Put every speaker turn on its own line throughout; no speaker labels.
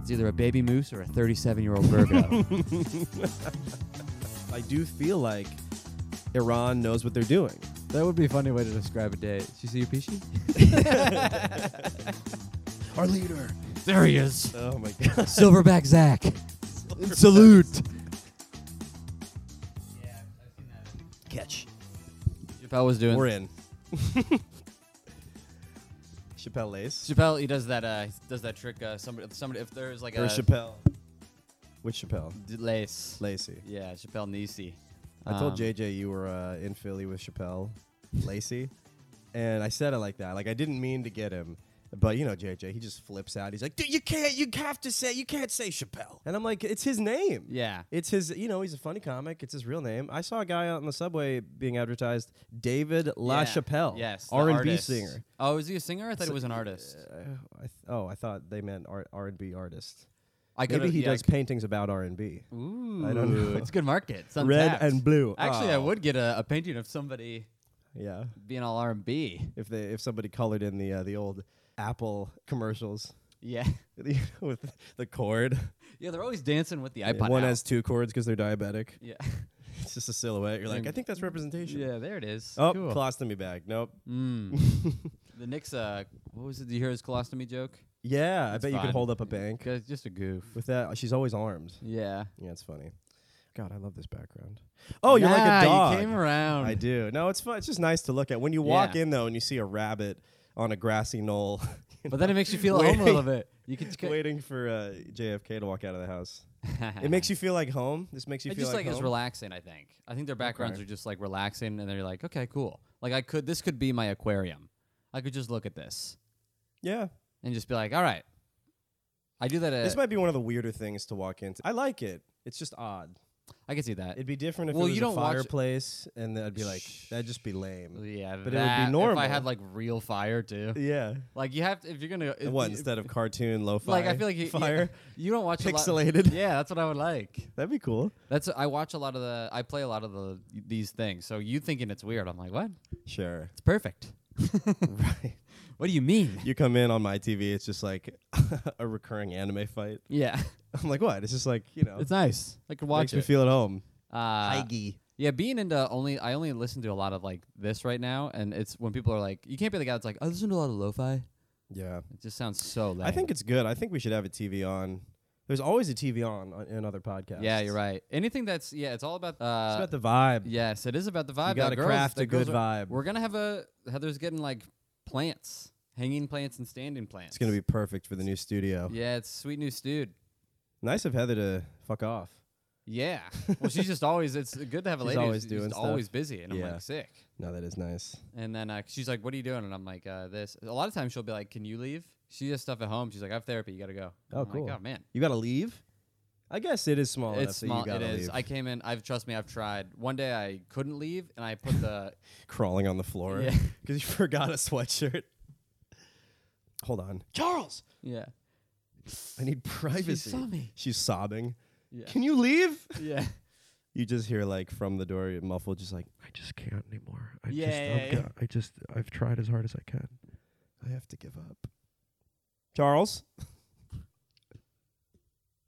It's either a baby moose or a 37 year old Virgo.
I do feel like Iran knows what they're doing.
That would be a funny way to describe a date. Did you see your Pishi?
Our leader.
there he is.
Oh my god.
Silverback Zach. Salute.
Catch.
Chappelle was doing.
We're in. Chappelle Lace.
Chappelle, he does that. Uh, he does that trick. Uh, somebody, if somebody, if there's like a
Or Chappelle. Which Chappelle?
d- lace,
Lacey.
yeah, Chappelle Nisi.
I told
Um,
JJ you were uh, in Philly with Chappelle Lacey. And I said it like that. Like I didn't mean to get him. But you know JJ, he just flips out. He's like, Dude, you can't you have to say you can't say Chappelle. And I'm like, it's his name.
Yeah,
It's his, you know, he's a funny comic. It's his real name. I saw a guy out on the subway being advertised, David
yeah.
LaChapelle,
Yes, the
R&B
artist.
singer.
Oh, is he a singer? I thought
So-
he was an artist.
Uh, I th- oh, I thought they meant R- R&B artist.
I coulda-
Maybe he
yeah, I
does
c-
paintings about R&B.
Ooh,
I don't know.
It's a good market. It's
Red
untapped.
and blue.
Actually, I
Oh,
would get a, a painting of somebody
Yeah.
being all R and B.
If they if somebody colored in the uh, the old Apple commercials
Yeah,
with the cord.
yeah, they're always dancing with the iPod.
One
out.
has two cords because they're diabetic.
yeah,
It's just a silhouette. You're like,
And-
I think that's representation.
yeah, there it is.
Oh,
Cool.
colostomy bag. Nope.
Mm. the Knicks. Uh, what was it? Did you hear his colostomy joke?
Yeah, I
That's
bet you
fine.
could hold up a bank.
Guys, just a goof.
With that, she's always armed.
Yeah.
Yeah, it's funny. God, I love this background. Oh, you're like
Yeah,
a dog.
You came around.
I do. No, it's fun. It's just nice to look at. When you walk
Yeah.
in though, and you see a rabbit on a grassy knoll, you
But
know,
then it makes you feel at
Wait.
home a little bit. You could
waiting for uh, JFK to walk out of the house, it makes you feel like home. This makes you
It
feel
just like, is
home.
relaxing. I think. I think their backgrounds are just like relaxing, and they're like, okay, cool. Like I could. This could be my aquarium. I could just look at this
yeah,
and just be like, all right. I do that.
this
At,
might be one of the weirder things to walk into. I like it. It's just odd.
I can see that.
It'd be different if
Well,
it was
you don't
a
watch-
fireplace, and that'd be like that'd just be lame.
yeah,
would be
that- If
normal.
I had like real fire too.
Yeah.
Like you have to if you're gonna if
What
you-
instead of cartoon lo-fi?
like I feel like you,
fire.
You, you don't watch a lot-
Pixelated.
Yeah, that's what I would like.
That'd be cool.
That's I watch a lot of the I play a lot of the these things. So you thinking it's weird? I'm like, what?
Sure.
It's perfect.
right.
What do you mean?
You come in on my TV, it's just like a recurring anime fight.
Yeah,
I'm like, what? It's just like you know,
it's nice. I could watch
makes me
it.
feel at home.
Uh, yeah, being into only I only listen to a lot of like this right now, and it's when people are like, you can't be the guy that's like, I listen to a lot of lo-fi.
Yeah,
It just sounds so. Lame.
I think it's good. I think we should have a TV on. There's always a TV on on- in other podcasts.
yeah, you're right. Anything that's yeah, it's all about. Uh,
It's about the vibe.
yes, it is about the vibe.
you
Now,
gotta
girls-
craft
the
a good
girls are-
vibe.
We're gonna have a Heather's getting like plants, hanging plants and standing plants.
It's gonna be perfect for the new studio.
Yeah, it's sweet new dude.
Nice of Heather to fuck off.
Yeah. Well, she's just always. It's good to have a
She's
lady.
always
who's
doing
just
stuff.
always busy, and I'm
Yeah.
like sick.
No, that is nice.
And then uh, she's like, "What are you doing?" And I'm like, uh, "This." A lot of times she'll be like, "Can you leave?" She has stuff at home. She's like, "I have therapy. You gotta go."
Oh,
I'm like,
cool.
oh man,
You gotta leave. I guess it is small enough
it's small.
that you
It
gotta
is.
leave.
I came in. I've trust me. I've tried. One day I couldn't leave, and I put the
Crawling on the floor
Yeah.
because you forgot a sweatshirt. Hold on, Charles.
yeah
I need privacy.
saw me.
She's sobbing.
Yeah.
Can you leave?
yeah
You just hear like from the door muffled, just like I just can't anymore. I
Yeah,
just,
yeah,
I've
yeah.
got- I just, I've tried as hard as I can. I have to give up. Charles,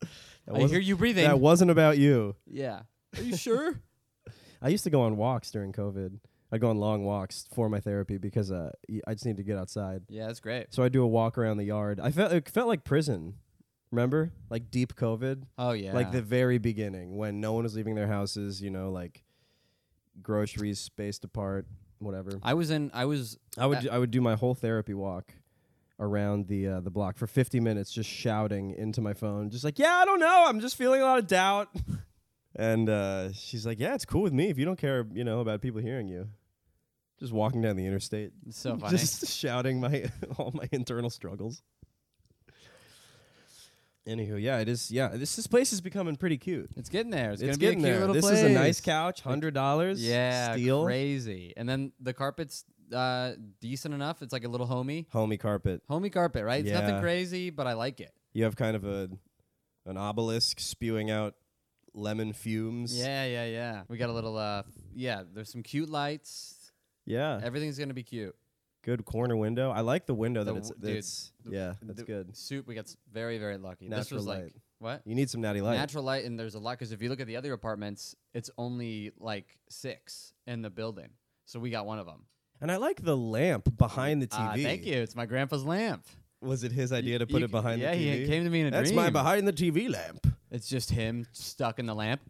that,
I hear
wasn't,
you breathing.
that wasn't about you.
yeah. Are you sure?
I used to go on walks during COVID. I'd go on long walks for my therapy because uh, y- I just need to get outside.
yeah, that's great.
So I do a walk around the yard. I felt it felt like prison. Remember, like deep COVID.
Oh yeah.
like the very beginning when no one was leaving their houses you know like groceries spaced apart whatever
I was in. I was.
i would
uh,
do- i would do my whole therapy walk around the uh, the block for 50 minutes just shouting into my phone just like yeah i don't know i'm just feeling a lot of doubt and uh, she's like yeah it's cool with me if you don't care you know about people hearing you just walking down the interstate
It's so funny.
just shouting my all my internal struggles. Anywho, yeah, it is. Yeah, this this place is becoming pretty cute.
It's getting there. It's,
It's,
gonna
getting
be a cute
there.
little
This
place.
is a nice couch, hundred dollars.
Yeah,
steel,
crazy. And then the carpet's uh, decent enough. It's like a little homey,
homey carpet.
homey carpet, right? It's
Yeah.
nothing crazy, but I like it.
You have kind of a an obelisk spewing out lemon fumes.
Yeah, yeah, yeah. We got a little. Uh, yeah, there's some cute lights.
yeah.
Everything's gonna be cute.
Good corner window. I like the window that
The
it's.
w- dude,
it's-
the-
yeah, that's
the
good.
Soup, we got s- very, very lucky. this
Natural
was like,
light.
what?
You need some natty light.
Natural light, and there's a lot because if you look at the other apartments, it's only like six in the building. So we got one of them.
And I like the lamp behind the TV.
Ah, thank you. It's my grandpa's lamp.
Was it his idea to put
You
it
c-
behind
yeah,
the TV?
he came to me in a
That's
dream.
my behind the TV lamp.
It's just him stuck in the lamp.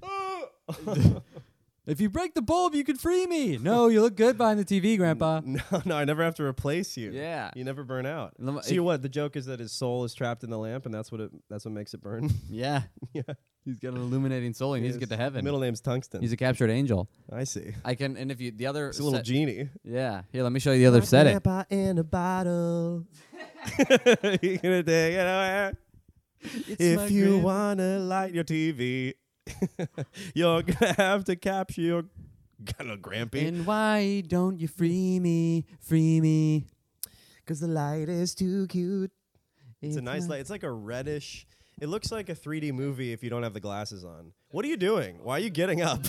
If you break the bulb, you can free me. No, you look good behind the TV, Grandpa.
no, no, I never have to replace you.
Yeah.
You never burn out.
Lem-
See what? The joke is that his soul is trapped in the lamp and that's what it that's what makes it burn.
Yeah.
yeah.
He's got an illuminating soul. He needs to get to
His
heaven.
Middle name's Tungsten.
He's a captured angel.
I see.
I can, and if you, the other.
It's a little
set-
genie.
yeah. Here, let me show you the other setting.
Grandpa in a bottle. you gonna take it away. if you wanna light your TV, you're gonna have to capture your kind of grampy.
And why don't you free me? Free me.
Cause the light is too cute. It's, a nice
my-
light. It's like a reddish. It looks like a 3D movie if you don't have the glasses on. What are you doing? Why are you getting up?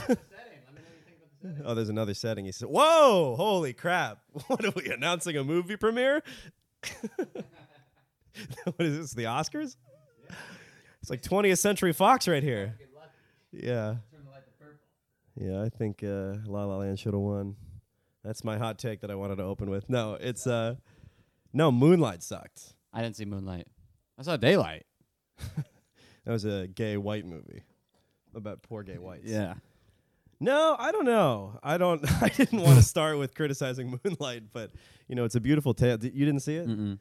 oh, there's another setting. He said, "Whoa, holy crap! What are we announcing a movie premiere? what is this? The Oscars? It's like 20th Century Fox right here. Yeah. Yeah, I think uh, La La Land should have won. That's my hot take that I wanted to open with. No, it's uh, no Moonlight sucked.
I didn't see Moonlight. I saw Daylight.
That was a gay white movie about poor gay whites.
Yeah.
No, I don't know. I don't. I didn't want to start with criticizing Moonlight, but you know, it's a beautiful tale. D- you didn't see it?
Mm-mm.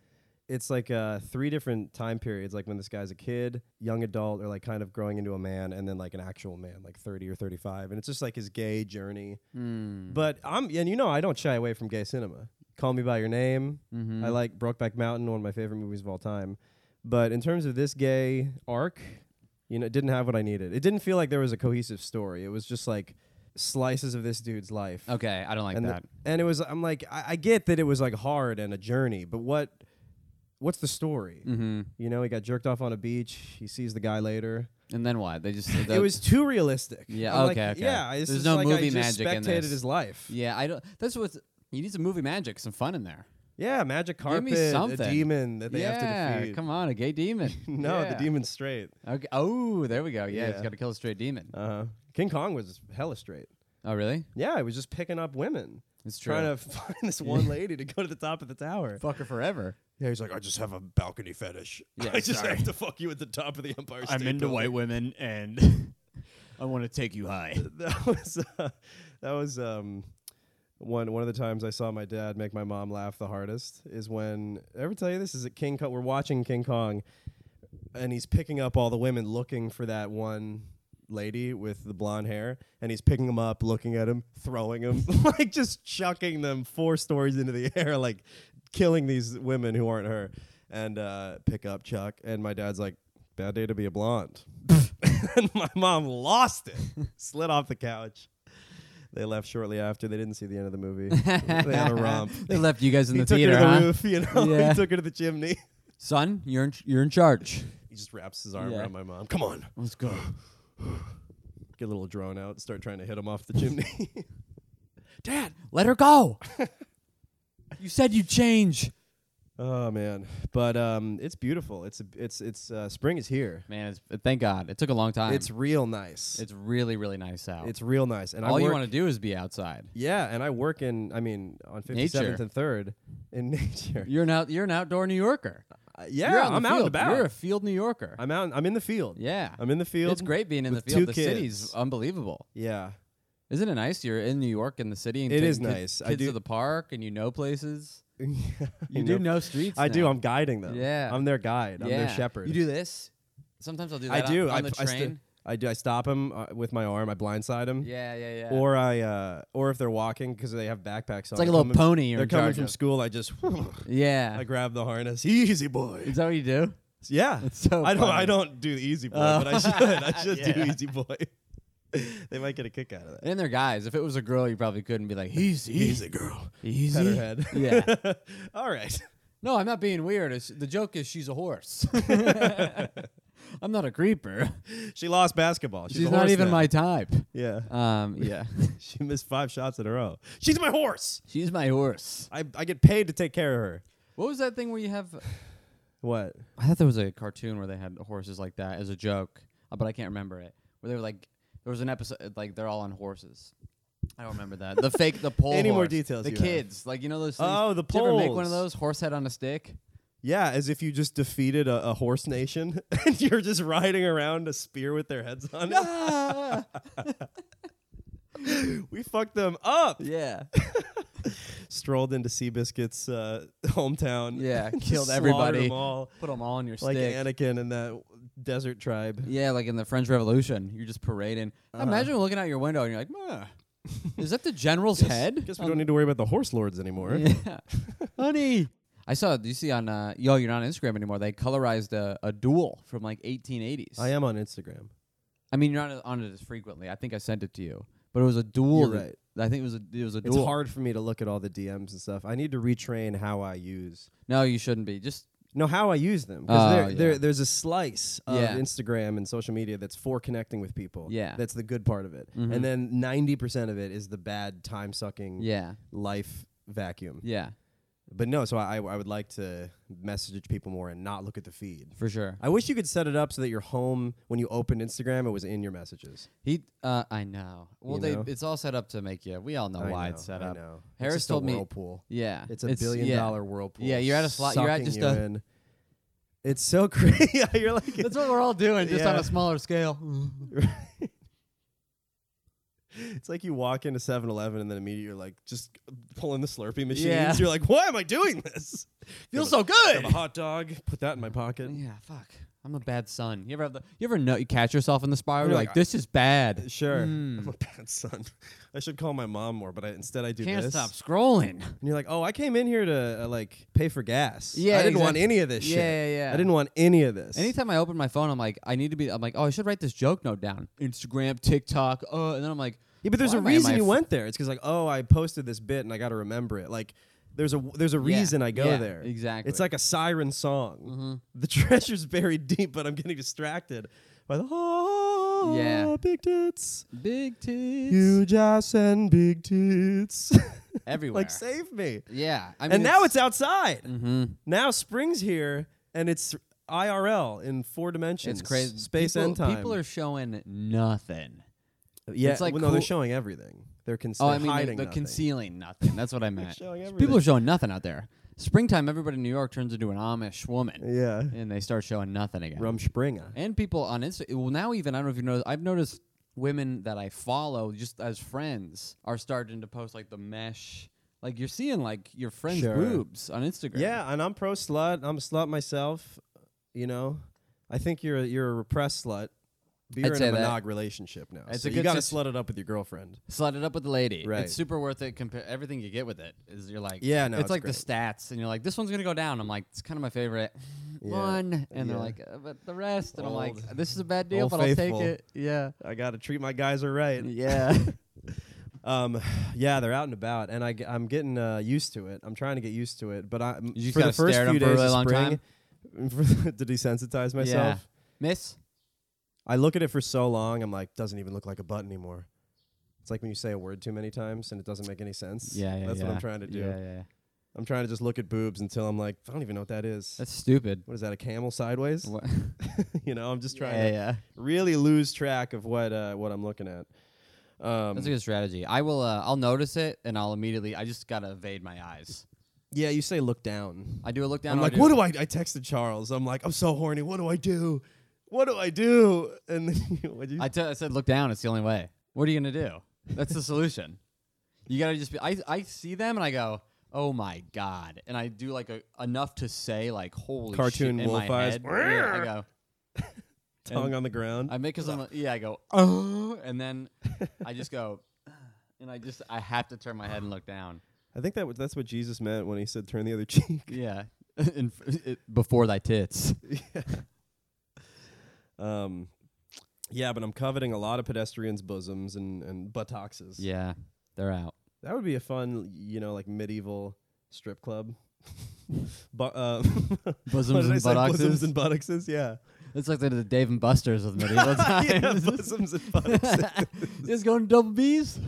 It's like uh, three different time periods, like when this guy's a kid, young adult, or like kind of growing into a man, and then like an actual man, like thirty or thirty-five, and it's just like his gay journey.
Hmm.
Mm-hmm. But I'm, and you know, I don't shy away from gay cinema. Call Me by Your Name.
Mm-hmm.
I like Brokeback Mountain, one of my favorite movies of all time. But in terms of this gay arc, you know, it didn't have what I needed. It didn't feel like there was a cohesive story. It was just like slices of this dude's life.
Okay, I don't like
and the-
that.
and it was, I'm like, I, I get that it was like hard and a journey, but what, what's the story?
mm-hmm.
You know, he got jerked off on a beach. He sees the guy later.
And then what? They just
It was too realistic.
Yeah,
I'm like,
okay, okay.
Yeah, it's
There's
just
no
like I
movie
just
magic in
spectated
this.
his life.
Yeah, I don't. That's what you need some movie magic, some fun in there.
Yeah, magic
Give me
carpet, a
something.
demon that they
yeah,
have to defeat.
come on, a gay demon.
no,
Yeah.
the demon's straight.
Okay. Oh, there we go. Yeah,
Yeah.
it's got to kill a straight demon.
Uh-huh. King Kong was hella straight.
Oh, really?
Yeah, he was just picking up women,
It's true.
trying to find this one lady to go to the top of the tower.
fuck her forever.
Yeah, he's like, I just have a balcony fetish.
Yeah,
I just
sorry.
have to fuck you at the top of the Empire State. Building."
women, and I want to take you high.
That was uh, that was um one one of the times I saw my dad make my mom laugh the hardest is when ever tell you this is at King Kong. We're watching King Kong, and he's picking up all the women looking for that one lady with the blonde hair and he's picking them up looking at them throwing them like just chucking them four stories into the air like killing these women who aren't her and uh, pick up chuck and my dad's like bad day to be a blonde and my mom lost it slid off the couch they left shortly after they didn't see the end of the movie they had a romp
They left you guys in
he
the
took
theater,
her to the
huh?
roof you know
Yeah.
he took her to the chimney
Son, you're in, you're in charge.
he just wraps his arm
Yeah.
around my mom come on
Let's go.
get a little drone out start trying to hit him off the chimney
Dad, let her go. you said you'd change.
Oh man, but um, it's beautiful. It's it's it's uh, spring is here.
Man, it's, uh, thank God. It took a long time.
It's real nice. It's
it's really, really nice out.
it's real nice. And I
All
work,
you want to do is be outside.
yeah, and I work in. I mean, on fifty seventh
Nature.
and third in nature.
You're an out, you're an outdoor New Yorker.
Uh, yeah,
You're on the
I'm out
field.
and about.
You're a field New Yorker.
I'm out. I'm in the field.
yeah,
I'm in the field.
it's great being in the
with two
field. The city's
kids.
unbelievable.
Yeah,
Isn't it nice? You're in New York in the city. And
It
taking
is
kid-
nice. I
Kids
do-
to the park, and you know places.
you,
You do know streets.
I do.
now.
I'm guiding them.
Yeah.
I'm their guide. I'm their
Yeah.
shepherd.
You do this. Sometimes I'll do
I
that. on-
do.
on,
I,
the
I,
train.
st- I do. I stop him uh, with my arm. I blindside him.
yeah, yeah, yeah.
Or I, uh, or if they're walking because they have backpacks on.
like a
they're
little
coming-
pony you're
They're
in
coming
charge
from
of.
school. I just
yeah.
I grab the harness. Easy boy.
is that what you do?
Yeah.
It's so
I don't
funny.
I don't do the easy boy,
Oh.
but I should. I should do
Yeah.
easy boy. they might get a kick out of that.
And they're guys. If it was a girl, you probably couldn't be like easy,
Easy girl.
easy.
Pet her head.
Yeah.
All right.
No, I'm not being weird. It's, the joke is she's a horse. I'm not a creeper.
She lost basketball. She's,
She's
a
not
horse
even
now.
my type.
Yeah,
Um, yeah.
she missed five shots in a row. She's my horse.
She's my horse.
I I get paid to take care of her.
What was that thing where you have?
What?
I thought there was a cartoon where they had horses like that as a joke, uh, but I can't remember it. Where they were like, there was an episode uh, like they're all on horses. I don't remember that. The fake, the pole.
Any more
horse.
details
The
you have?
kids, like you know those. Things?
Oh, the
Did you ever make one
poles.
of those horse head on a stick?
Yeah, as if you just defeated a, a horse nation and you're just riding around a spear with their heads on it. we fucked them up.
Yeah,
Strolled into Seabiscuit's uh, hometown.
yeah.
Just
Killed
slaughtered
everybody.
them all,
Put them all on your
like
stick.
Anakin and that desert tribe.
yeah, like in the French Revolution, you're just parading.
Uh-huh.
Imagine looking out your window and you're like, "Meh, is that the general's head?
Guess we don't need to worry about the horse lords anymore.
Yeah. Honey. I saw, do you see on, uh, yo, you're not on Instagram anymore. They colorized a, a duel from like 1880s.
I am on Instagram.
I mean, you're not on it as frequently. I think I sent it to you, but it was a duel.
You're
that- I think it was a, it was a
It's
duel.
hard for me to look at all the DMs and stuff. I need to retrain how I use
No, you shouldn't be. Just,
No, how I use them because
Oh,
there, there,
yeah.
there's a slice of
Yeah.
Instagram and social media that's for connecting with people.
Yeah. Mm-hmm.
that's the good part of it, and then ninety percent of it is the bad time sucking
yeah,
life vacuum.
yeah,
But no, so I, I would like to message people more and not look at the feed.
for sure.
I wish you could set it up so that your home, when you opened Instagram, it was in your messages.
He, uh, I know. Well,
You
they,
know?
it's all set up to make you. We all know
I
why
know,
it's set
I
up.
know. It's
Harris
just a
told me-
whirlpool.
Yeah,
It's a billion
yeah.
dollar whirlpool.
Yeah, you're at a slot- you're at
sucking
just
you
a-
in. It's so crazy. you're like
That's what we're all doing, just on
Yeah.
a smaller scale.
It's like you walk into 7 Eleven and then immediately you're like just pulling the Slurpee machines.
Yeah.
You're like, why am I doing this?
Feels so
Grab
good. Mm.
a- grab a hot dog, put that in my pocket.
Yeah, fuck. I'm a bad son. You ever have the? You ever know? You catch yourself in the spiral. You're
You're
like,
like,
this is bad.
Sure. I'm
Mm.
a bad son. I should call my mom more, but I, instead I do
Can't
this.
stop scrolling.
And you're like, oh, I came in here to uh, like pay for gas.
Yeah,
I didn't want
exact-
any of this
Yeah,
shit.
yeah, yeah.
I didn't want any of this.
Anytime I open my phone, I'm like, I need to be. I'm like, oh, I should write this joke note down. Instagram, TikTok. Oh, and then I'm like,
Yeah, but there's
why
a
am I in
reason
my
you
f-
went there. It's because like, oh, I posted this bit and I got to remember it. Like, there's a there's a
Yeah,
reason I go
yeah,
there.
exactly. Mm-hmm.
It's like a siren song. The treasure's buried deep, but I'm getting distracted by the oh,
Yeah.
big tits,
big tits
huge ass and big tits.
everywhere.
like, save me.
yeah. I mean,
and now it's outside.
hmm
Now spring's here, and it's IRL in four dimensions.
it's crazy.
Space
people,
and time.
People are showing nothing.
yeah,
it's like
well, no, they're
cool-
showing everything. They're, cons-
Oh,
they're
I mean, the-
hiding
the,
nothing.
concealing nothing. That's what I meant.
showing
people
everything.
are showing nothing out there. Springtime, everybody in New York turns into an Amish woman,
Yeah.
and they start showing nothing again.
Rumspringa.
and people on Insta. Well, now even I don't know if you know. I've noticed women that I follow just as friends are starting to post like the mesh. Like you're seeing like your friends'
Sure.
boobs on Instagram.
Yeah, and I'm pro slut. I'm a slut myself. You know, I think you're a, you're a repressed slut. But you're
I'd
in
say
a
that.
monog relationship now.
It's
so
a
you
good
gotta
situ-
slut it up with your girlfriend.
slut it up with the lady.
Right.
It's super worth it. Compare everything you get with it. Is you're like
Yeah, no,
It's,
it's
like
great.
the stats, and you're like this one's gonna go down. I'm like it's kind of my favorite one, and they're
Yeah.
like uh, but the rest, and I'm like
Old-
this is a bad deal,
Old
but I'll
Faithful.
take it. Yeah.
I gotta treat my guys are right.
Yeah.
Um, yeah, they're out and about, and I am getting uh, used to it. I'm trying to get used to it, but I am
You just
for the
kinda
first
stared at
few
'em for
days
a really
of
long
spring to desensitize
yeah.
myself.
Miss.
I look at it for so long, I'm like, doesn't even look like a butt anymore. It's like when you say a word too many times and it doesn't make any sense.
Yeah, yeah.
that's what
yeah.
I'm trying to do.
Yeah, yeah. yeah.
I'm trying to just look at boobs until I'm like, I don't even know what that is.
That's stupid.
what is that? A camel sideways?
What?
you know, I'm just trying
yeah,
to
yeah.
really lose track of what uh, what I'm looking at. Um,
That's a good strategy. I will. Uh, I'll notice it, and I'll immediately. I just gotta evade my eyes.
yeah, you say look down.
I do a look down.
I'm
or
like, what do I? I texted Charles. I'm like, I'm so horny. What do I do? What do I do? And then what you?
I, t- I said, look down. It's the only way. What are you gonna do? That's the solution. You gotta just be. I I see them and I go, oh my god, and I do like a, enough to say like holy
Cartoon
shit in my
wolf eyes.
head. Yeah, I go.
tongue on the ground.
I make some. Yeah, I go. Oh, and then I just go, and I just I have to turn my head and look down.
I think that was, that's what Jesus meant when he said, "Turn the other cheek."
Yeah. In, it, before thy tits.
Um, yeah, but I'm coveting a lot of pedestrians' bosoms and and buttocks.
Yeah, they're out.
That would be a fun, you know, like medieval strip club. but uh, what
Bosoms
did I
and
say? Bosoms
buttocks.
and buttocks. Yeah,
It's like the, the Dave and Buster's of medieval
yeah,
times.
bosoms and butts.
Just going to double B's.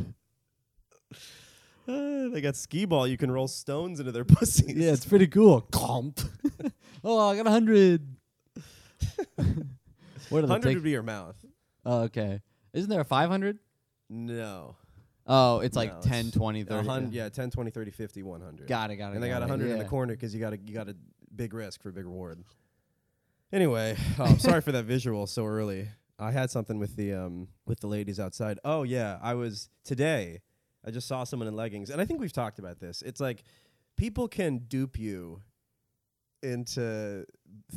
Uh, they got skee ball. You can roll stones into their pussies.
Yeah, it's pretty cool. Comp. oh, I got a hundred. what are the
hundred
take?
would be your mouth.
oh, okay. Isn't there a five hundred?
No,
Oh, it's like
No, it's
ten, twenty,
A
thirty. 10, 20, 30.
hun- yeah, 10, 20, 30, 50, 100.
Got it, got it.
and they got
a
a hundred in the corner because you got a you got a big risk for a big reward. Anyway, oh, I'm sorry for that visual so early. I had something with the um with the ladies outside. Oh yeah, I was today. I just saw someone in leggings, and I think we've talked about this. It's like people can dupe you into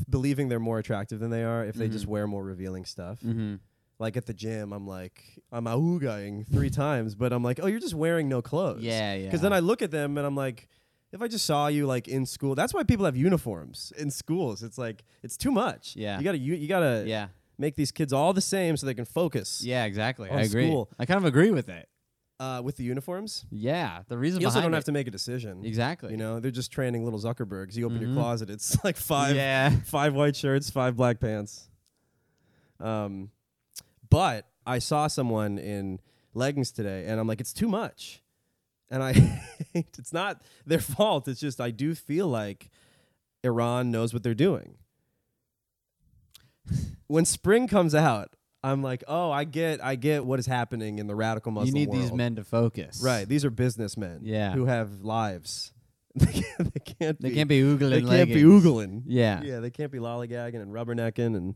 believing they're more attractive than they are if they just wear more revealing stuff.
Mm-hmm.
Like at the gym, I'm like I'm augaing three times, but I'm like, oh, you're just wearing no clothes.
Yeah, yeah.
Because then I look at them and I'm like, if I just saw you like in school, that's why people have uniforms in schools. It's like it's too much.
Yeah.
you gotta you, you gotta
Yeah,
make these kids all the same so they can focus.
yeah, exactly.
On
I agree.
school.
I kind of agree with it.
Uh, with the uniforms,
Yeah, the reason
you also
behind
don't
it-
have to make a decision.
exactly.
You know, they're just training little Zuckerbergs. You open
Mhm.
your closet, it's like five
Yeah.
five white shirts, five black pants. Um, but I saw someone in leggings today, and I'm like, it's too much. And I, it's not their fault. It's just I do feel like Iran knows what they're doing. when spring comes out, I'm like, oh, I get, I get what is happening in the radical Muslim
you need these
world."
men to focus.
right? These are businessmen,
Yeah.
who have lives. they can't, they can't
They
be,
can't be oogling
they can't
leggings.
be oogling
Yeah.
yeah, they can't be lollygagging and rubbernecking and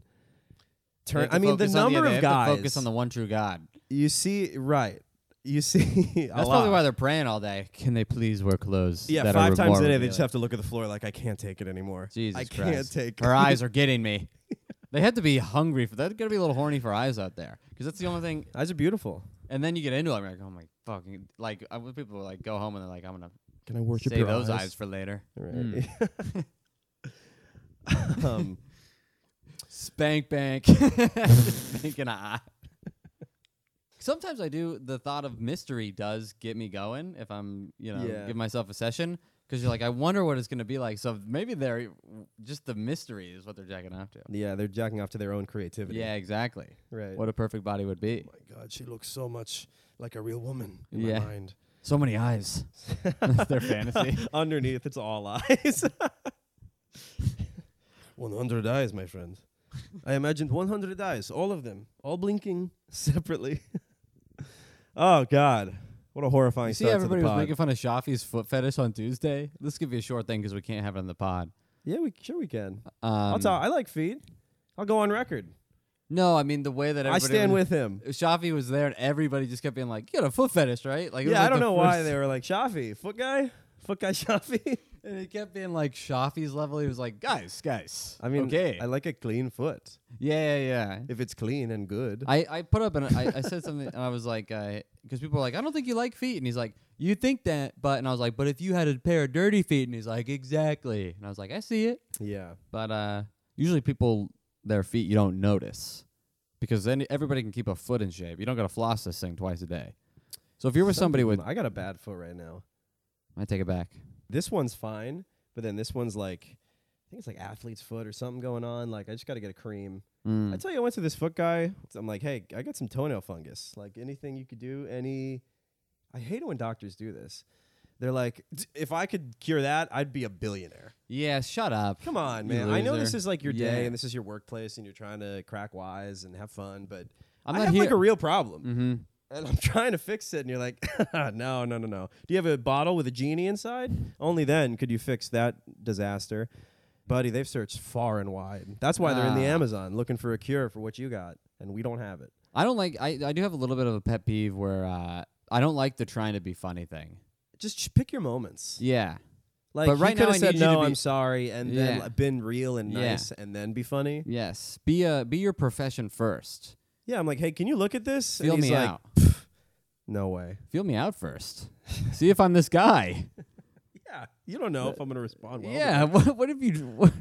They
turn.
have to
I mean, the
focus on- yeah,
number
they
of
have
guys
to focus on the one true God.
you see, right? You see,
That's probably why they're praying all day. Can they please wear clothes?
yeah,
that
five
are
times
more
a day they just
revealing?
have to look at the floor like I can't take it anymore.
Jesus
I
Christ.
can't take.
Her eyes are getting me. They had to be hungry for that. Got to be a little horny for eyes out there, because that's the only thing.
eyes are beautiful.
And then you get into it, and you're like, oh my fucking, like I, when people like go home and they're like, I'm gonna
Can I worship
save
your
those eyes.
eyes?
for later.
Right.
Hmm.
um,
Spank bank, spank an eye. Sometimes I do. The thought of mystery does get me going. If I'm, you know,
Yeah.
give myself a session, because you're like, I wonder what it's gonna be like. So maybe they're just the mystery is what they're jacking off to.
yeah, they're jacking off to their own creativity.
Yeah, exactly.
right. Oh
What a perfect body would be.
my God, she looks so much like a real woman in
Yeah.
my mind.
So many eyes. That's their fantasy.
Underneath, it's all eyes. 100 eyes, my friend. I imagined 100 eyes, all of them, all blinking separately. oh, God. What a horrifying
You see,
start
everybody
to the
was
pod.
making fun of Shafi's foot fetish on Tuesday. This could be a short thing because we can't have it on the pod.
yeah, we sure we can.
Um,
I'll talk. I like feet. I'll go on record.
No, I mean the way that
I
everybody
stand
was-
with him.
Shafi was there, and everybody just kept being like, "You got a foot fetish, right?" Like, it was
Yeah, I
like
don't
the
know why
first-
they were like Shafi, foot guy, foot guy Shafi.
And it kept being like Shafi's level. He was like, "Guys, guys."
I mean,
okay,
I like a clean foot
yeah, yeah, yeah.
if it's clean and good.
I, I put up and I, I said something and I was like, because people were like, I don't think you like feet, and he's like, you think that, but and I was like, but if you had a pair of dirty feet, and he's like, exactly, and I was like, I see it,
yeah,
but uh, usually people their feet you don't notice because then everybody can keep a foot in shape. You don't gotta floss this thing twice a day. So if you're with somebody with,
I got a bad foot right now.
I take it back.
this one's fine, but then this one's like, I think it's like athlete's foot or something going on. Like, I just got to get a cream.
Hmm. Mm.
I tell you, I went to this foot guy. I'm like, hey, I got some toenail fungus. Like, anything you could do, any. I hate it when doctors do this. They're like, "D- if I could cure that, I'd be a billionaire.
Yeah, shut up.
Come on,
You
man. I know
loser.
this is like your day
Yeah.
and this is your workplace and you're trying to crack wise and have fun, but
I'm
I
not
have
here.
like a real problem
mm-hmm.
and I'm trying to fix it, and you're like, no, no, no, no. Do you have a bottle with a genie inside? Only then could you fix that disaster. Buddy, they've searched far and wide. That's why they're in the
Ah.
Amazon looking for a cure for what you got, and we don't have it.
I don't like. I I do have a little bit of a pet peeve where uh, I don't like the trying to be funny thing.
Just ch- pick your moments.
Yeah.
Like,
But
you
right
could
now
have
I
said
need you to
no,
be-
I'm sorry, and then
Yeah.
like, been real and
Yeah.
nice, and then be funny.
Yes. Be a be your profession first.
Yeah, I'm like, hey, can you look at this?
Feel
and he's
me
like,
out.
no way.
Feel me out first. See if I'm this guy.
Yeah, you don't know if I'm gonna respond well. to
yeah. What what if you? What,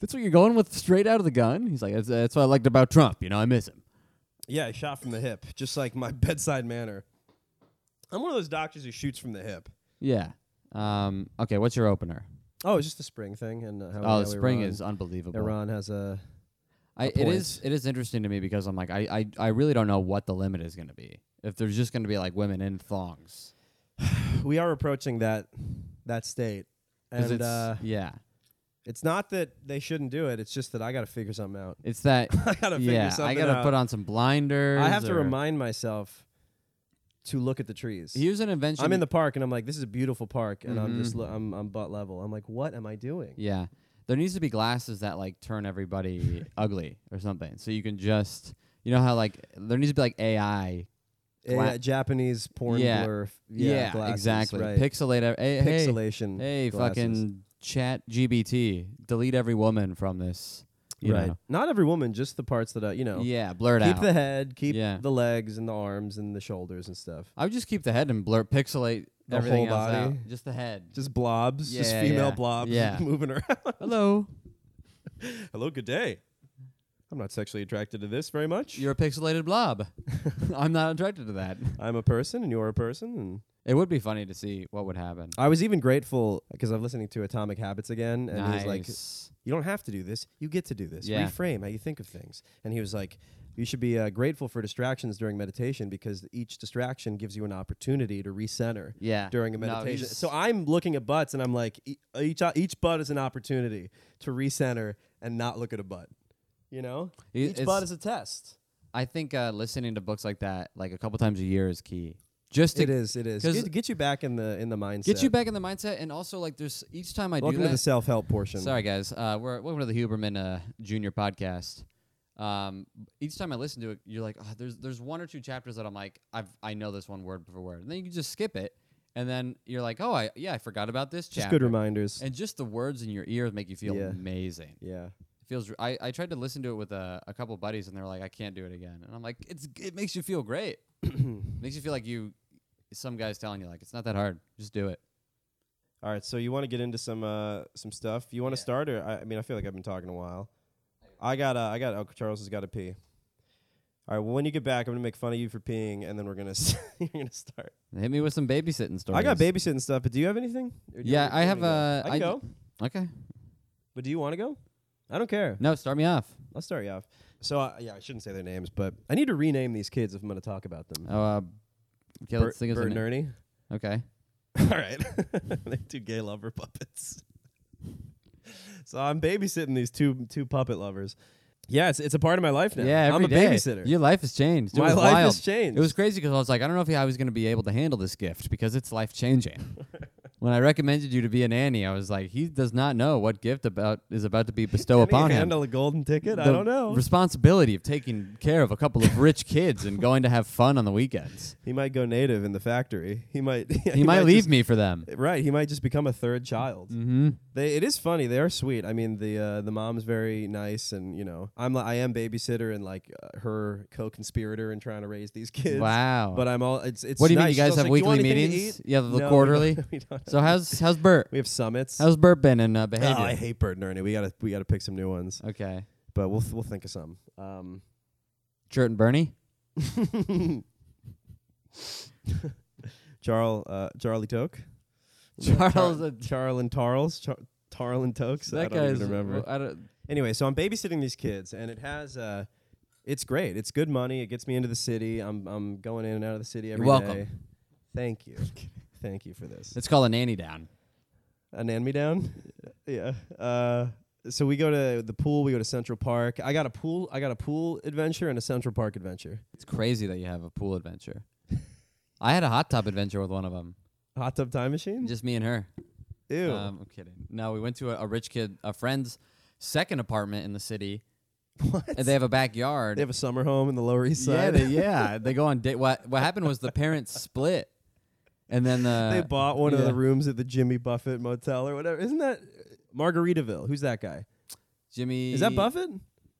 that's what you're going with straight out of the gun. He's like, that's, that's what I liked about Trump. You know, I miss him.
Yeah, I shot from the hip, just like my bedside manner. I'm one of those doctors who shoots from the hip.
Yeah. Um. Okay. What's your opener?
Oh, it's just the spring thing, and uh, how
Oh,
how
the spring
Iran,
is unbelievable.
Iran has a.
I,
a
it is
point.
it is interesting to me because I'm like I, I, I really don't know what the limit is going to be. If there's just going to be like women in thongs,
We are approaching that that state,
'Cause
and
it's-
uh,
yeah,
it's not that they shouldn't do it. It's just that I got to figure something out.
it's that
I got to figure
yeah. I
something
gotta
out.
put on some blinders.
I have to
or-
remind myself to look at the trees.
Here's an invention.
I'm in the park and I'm like, this is a beautiful park, and I'm just
Mhm.
lo- I'm I'm butt level. I'm like, what am I doing?
yeah. There needs to be glasses that like turn everybody ugly or something, so you can just you know how like there needs to be like AI.
A-
Gla-
Eh, Japanese porn
Yeah.
blur. f- Yeah, glasses,
exactly.
Right.
Pixelate. ev- Hey, hey,
Pixelation.
Hey,
glasses.
fucking chat GBT. Delete every woman from this. You
right.
Know.
Not every woman, just the parts that I, you know.
Yeah, blur it
Keep
out.
the head, keep
Yeah.
the legs and the arms and the shoulders and stuff.
I would just keep the head and blur pixelate
The
everything
whole
else
body?
out. Just the head.
Just blobs, just
Yeah,
female
yeah.
blobs
Yeah.
moving around.
Hello.
Hello, good day. I'm not sexually attracted to this very much.
You're a pixelated blob. I'm not attracted to that.
I'm a person and you're a person and
It would be funny to see what would happen.
I was even grateful because I'm listening to Atomic Habits again, and he's like,
Nice.
"You don't have to do this. You get to do this.
Yeah.
Reframe how you think of things." And he was like, "You should be uh, grateful for distractions during meditation because each distraction gives you an opportunity to recenter
yeah.
during a
No, you
meditation."
just-
so I'm looking at butts, and I'm like, e- each each butt is an opportunity to recenter and not look at a butt. You know,
It-
each
it's-
butt is a test.
I think uh, listening to books like that, like a couple times a year, is key. Just to
It is. It is.
'cause-
Get, get you back in the in the mindset.
get you back in the mindset, and also like there's each time I
Welcome
do
to
that.
the self help portion.
Sorry, guys. Uh, we're welcome to the Huberman uh, Junior podcast. Um, each time I listen to it, you're like, oh, there's there's one or two chapters that I'm like, I've I know this one word for word, and then you can just skip it, and then you're like, oh, I yeah, I forgot about this
Just
chapter.
good reminders.
And just the words in your ears make you feel
Yeah.
amazing.
yeah.
It feels. r- I I tried to listen to it with a, a couple buddies, and they're like, I can't do it again, and I'm like, it's g- it makes you feel great. makes you feel like you. Some guys telling you like it's not that hard. Just do it.
All right, so you want to get into some uh, some stuff? You want to start, or I, I mean, I feel like I've been talking a while. I got, uh, I got. Oh, Charles has got to pee. All right. Well, when you get back, I'm gonna make fun of you for peeing, and then we're gonna s- you're gonna start.
Hit me with some babysitting stories.
I got babysitting stuff, but do you have anything? Or do you
Yeah,
want-
I
you
have,
wanna go?
uh,
I
I
can
d-
go,
Okay.
but do you want to go? I don't care.
No, start me off.
I'll start you off. So uh, yeah, I shouldn't say their names, but I need to rename these kids if I'm gonna talk about them.
Oh, uh, okay,
Bert,
let's think of
Bert
some.
and Ernie.
Okay.
All right. They're two gay lover puppets. so I'm babysitting these two two puppet lovers. Yeah, it's, it's a part of my life now.
Yeah,
I'm
every
a
day.
babysitter.
Your life has changed. It
my
was
life
wild.
has changed.
It was crazy because I was like, I don't know if I was going to be able to handle this gift because it's life changing. when I recommended you to be a nanny, I was like, he does not know what gift about is about to be bestowed
Can he
upon him.
handle a golden ticket? I
The
don't know.
Responsibility of taking care of a couple of rich kids and going to have fun on the weekends.
he might go native in the factory. He might.
He, might, leave
just-
me for them.
Right, he might just become a third child.
Mm-hmm.
They, it is funny. They are sweet. I mean, the uh, the mom's very nice, and you know, I'm li- I am babysitter and like uh, her co-conspirator and trying to raise these kids.
Wow.
But I'm all it's it's.
what do you mean?
nice.
You guys
She's
have
like, "Do
weekly
want anything to
meetings?
eat?"
Yeah, the
No, we
quarterly.
don't- we don't
So how's how's Bert?
We have summits.
How's Bert been in uh,
Oh,
behavior?
I hate Bert and Ernie. We gotta we gotta pick some new ones,
okay.
but we'll th- we'll think of some. Um,
Chert and Bernie.
Charl uh, Charlie Toke.
Charles and-
Charl and Tarls. Char- Tarl and Tokes. I
That
don't
guy's.
even remember.
I don't,
Anyway, so I'm babysitting these kids, and it has uh, it's great. It's good money. It gets me into the city. I'm I'm going in and out of the city every day.
welcome.
Thank you. Thank you for this.
it's called a nanny down.
A hand me down. yeah. Uh, so we go to the pool. We go to Central Park. I got a pool. I got a pool adventure and a Central Park adventure.
It's crazy that you have a pool adventure. I had a hot tub adventure with one of them.
Hot tub time machine.
Just me and her.
Ew.
Um, I'm kidding. No, we went to a, a rich kid, a friend's second apartment in the city.
what?
And they have a backyard.
They have a summer home in the Lower East
yeah,
Side.
they, yeah. They go on date. What what happened was the parents split, and then uh, the
They bought one of
yeah.
the rooms at the Jimmy Buffett Motel or whatever. Isn't that Margaritaville? Who's that guy?
Jimmy.
Is that Buffett?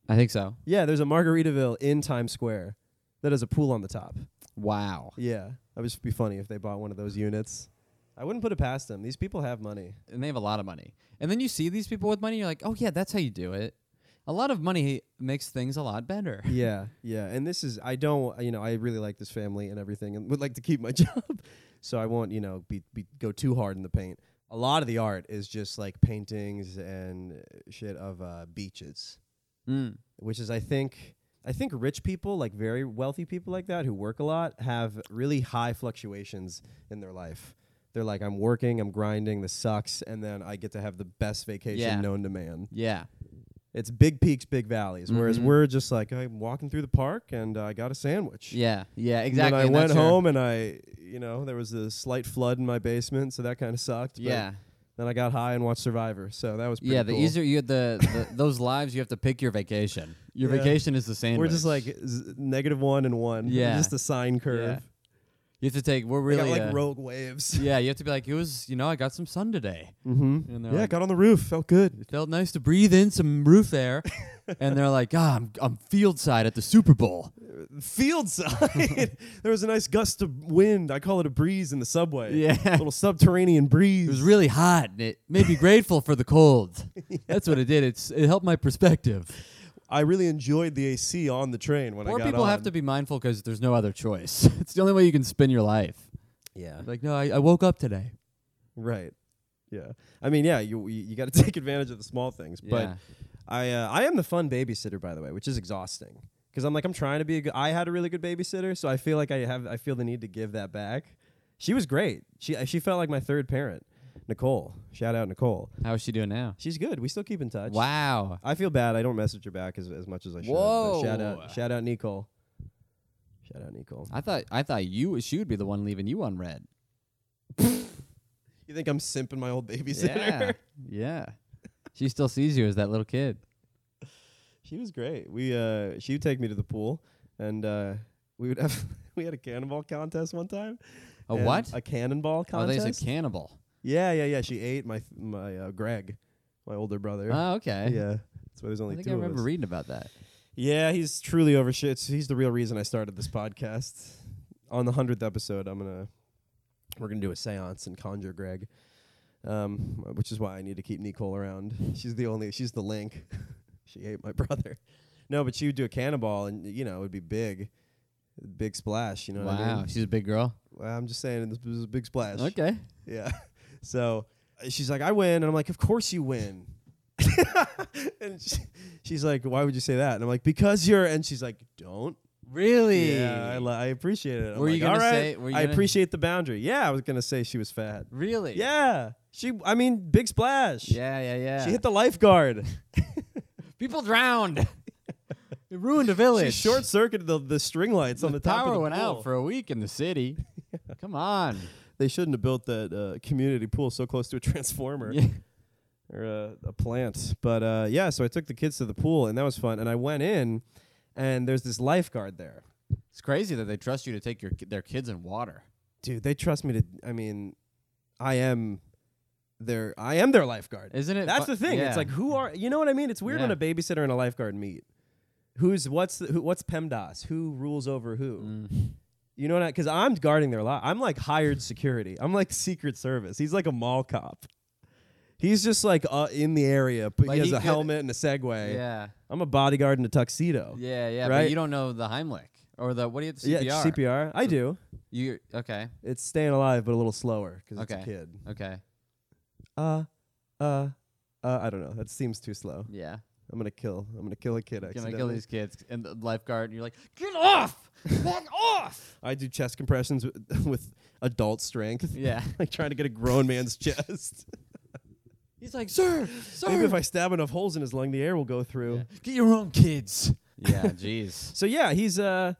I think so.
Yeah, there's a Margaritaville in Times Square that has a pool on the top.
Wow.
Yeah, that would just be funny if they bought one of those units. I wouldn't put it past them. These people have money.
and they have a lot of money. And then you see these people with money, you're like, oh yeah, that's how you do it. A lot of money makes things a lot better.
yeah, yeah. And this is I don't you know I really like this family and everything and would like to keep my job, so I won't you know be, be go too hard in the paint. A lot of the art is just like paintings and uh, shit of uh, beaches.
Mm.
which is I think I think rich people, like very wealthy people like that who work a lot, have really high fluctuations in their life. They're like, I'm working, I'm grinding, this sucks, and then I get to have the best vacation
Yeah.
known to man.
Yeah.
It's big peaks, big valleys. Whereas
Mhm.
we're just like, I'm walking through the park and I got a sandwich.
Yeah. Yeah.
And then
Exactly.
I
and
went
that's your-
home and I, you know, there was a slight flood in my basement, so that kind of sucked. but
Yeah.
Then I got high and watched Survivor, so that was pretty
Yeah. The
cool.
easier you had the, the those lives, you have to pick your vacation. Your
Yeah.
vacation is the same.
We're just like z- negative one and one.
Yeah.
just a sine curve.
Yeah. you have to take. We're
We
really
got like
uh,
rogue waves.
Yeah, you have to be like, it was, you know, I got some sun today.
Mm-hmm.
And they're
Yeah,
like,
got on the roof. Felt good.
it felt nice to breathe in some roof air. and they're like, ah, I'm, I'm field side at the Super Bowl.
Field side. there was a nice gust of wind. I call it a breeze in the subway.
Yeah.
little subterranean breeze.
It was really hot and it made me grateful for the cold. That's what it did. It's It helped my perspective.
I really enjoyed the AC on the train when I
Poor
got
people have
on.
to be mindful because there's no other choice. it's the only way you can spend your life.
Yeah.
Like, no, I, I woke up today.
Right. Yeah. I mean, yeah. You you, you got to take advantage of the small things, but.
Yeah.
I uh, I am the fun babysitter, by the way, which is exhausting because I'm like I'm trying to be. A good, I had a really good babysitter, so I feel like I have. I feel the need to give that back. She was great. She uh, she felt like my third parent, Nicole. Shout out Nicole.
How is she doing now?
She's good. We still keep in touch.
Wow.
I feel bad. I don't message her back as, as much as I should. but Shout
Whoa.
out shout out Nicole. Shout out Nicole.
I thought I thought you she would be the one leaving you on red.
You think I'm simping my old babysitter?
Yeah. yeah. She still sees you as that little kid.
She was great. We uh, she would take me to the pool, and uh, we would have we had a cannonball contest one time.
A
and
what?
A cannonball contest.
Oh, they said cannibal.
yeah, yeah, yeah. She ate my my uh, Greg, my older brother.
Oh, okay.
Yeah, that's why there's only
I think
two
I
of
remember
us.
reading about that.
yeah, he's truly over shit. He's the real reason I started this podcast. On the hundredth episode, I'm gonna we're gonna do a séance and conjure Greg, um, which is why I need to keep Nicole around. She's the only. She's the link. she ate my brother. No, but she would do a cannonball, and you know it would be big, big splash. You know what I
wow,
mean?
she's a big girl.
Well, I'm just saying this was a big splash.
Okay.
Yeah. So uh, she's like, I win. And I'm like, Of course you win. and she, she's like, Why would you say that? And I'm like, Because you're. And she's like, Don't.
Really?
Yeah, I, li- I appreciate it. I'm
Were you
like, "All
gonna
right,
say- were you
I
gonna-
appreciate the boundary. Yeah, I was going to say she was fat.
really?
Yeah. She, I mean, big splash.
Yeah, yeah, yeah.
She hit the lifeguard.
People drowned. it ruined a village.
she short circuited the, the string lights on the top
power
of the
went
pool.
out for a week in the city. Come on.
they shouldn't have built that uh, community pool so close to a transformer.
Yeah.
or a, a plant. But uh, yeah, so I took the kids to the pool, and that was fun. And I went in, and there's this lifeguard there.
It's crazy that they trust you to take your ki- their kids in water.
Dude, they trust me to. I mean, I am their I am their lifeguard.
Isn't it?
That's
fu-
the thing.
Eh, Yeah.
It's like who are you know what I mean? It's weird when
Yeah.
a babysitter and a lifeguard meet. Who's what's the, who, what's PEMDAS? Who rules over who?
Mm.
You know what? Because I'm guarding their lot. I'm like hired security. I'm like Secret Service. He's like a mall cop. He's just like uh, in the area, but
But
he has
he
a
could-
helmet and a Segway.
Yeah.
I'm a bodyguard in a tuxedo.
Yeah, yeah.
Right?
But you don't know the Heimlich or the what do you the
Yeah,
CPR?
CPR. I do.
You okay?
It's staying alive, but a little slower because it's
Okay.
a kid.
Okay.
Uh, uh, uh. I don't know. That seems too slow.
Yeah.
I'm gonna kill. I'm gonna kill a kid.
Gonna
Accidentally.
kill these kids and the lifeguard. And you're like, get off, get off.
I do chest compressions with, with adult strength.
Yeah.
like trying to get a grown man's chest.
He's like, sir, sir.
Maybe if I stab enough holes in his lung, the air will go through.
Get your own kids. Yeah, jeez.
So yeah, he's uh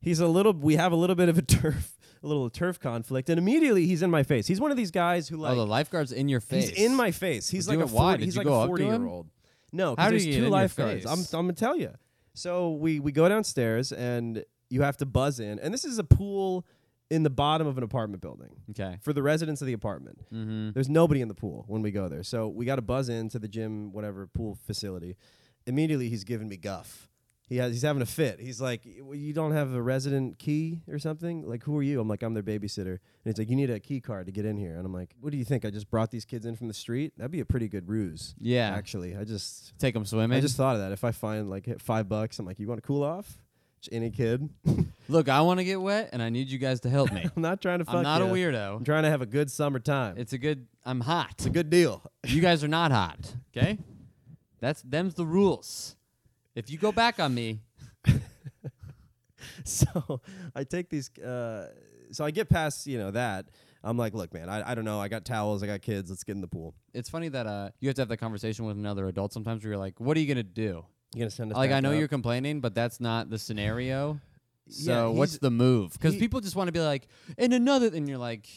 he's a little. We have a little bit of a turf, a little turf conflict, and immediately he's in my face. He's one of these guys who like.
oh, the lifeguard's in your face.
He's in my face. He's
Do
like a
it why?
40,
Did
he's
you
like
go up
a
to
40
him?
year old. No,
How
because
did
there's
he get in
two
your
lifeguards. I'm, I'm
face?
gonna tell you. So we we go downstairs and you have to buzz in, and this is a pool in the bottom of an apartment building
Okay.
for the residents of the apartment.
Mm-hmm.
There's nobody in the pool when we go there, so we got to buzz in to the gym, whatever pool facility. Immediately, he's giving me guff. He has, he's having a fit. He's like, "Well, "You don't have a resident key or something? Like, who are you?" I'm like, "I'm their babysitter." And he's like, "You need a key card to get in here." And I'm like, "What do you think? I just brought these kids in from the street. That'd be a pretty good ruse."
Yeah.
actually, I just
Take them swimming.
I just thought of that. If I find like hit five bucks, I'm like, "You want to cool off?" Just Any kid. I'm
Look, I want to get wet, and I need you guys to help me.
not trying to fuck.
I'm not
ya.
a
I'm
weirdo.
trying to have a good summertime. It's
It's a good. I'm hot.
a good deal.
you guys are not hot. Okay. That's them's the rules. If you go back on me,
so I take these. Uh, so I get past you know that. I'm like, look, man, I, I don't know. I got towels. I got kids. Let's get in the pool.
it's funny that uh, you have to have the conversation with another adult sometimes where you're like, what are you going to do?
You gonna send us?
Like, I
back
know
up?
you're complaining, but that's not the scenario. So
Yeah,
what's
he's-
the move? Because
he-
people just want to be like, and another, and you're like,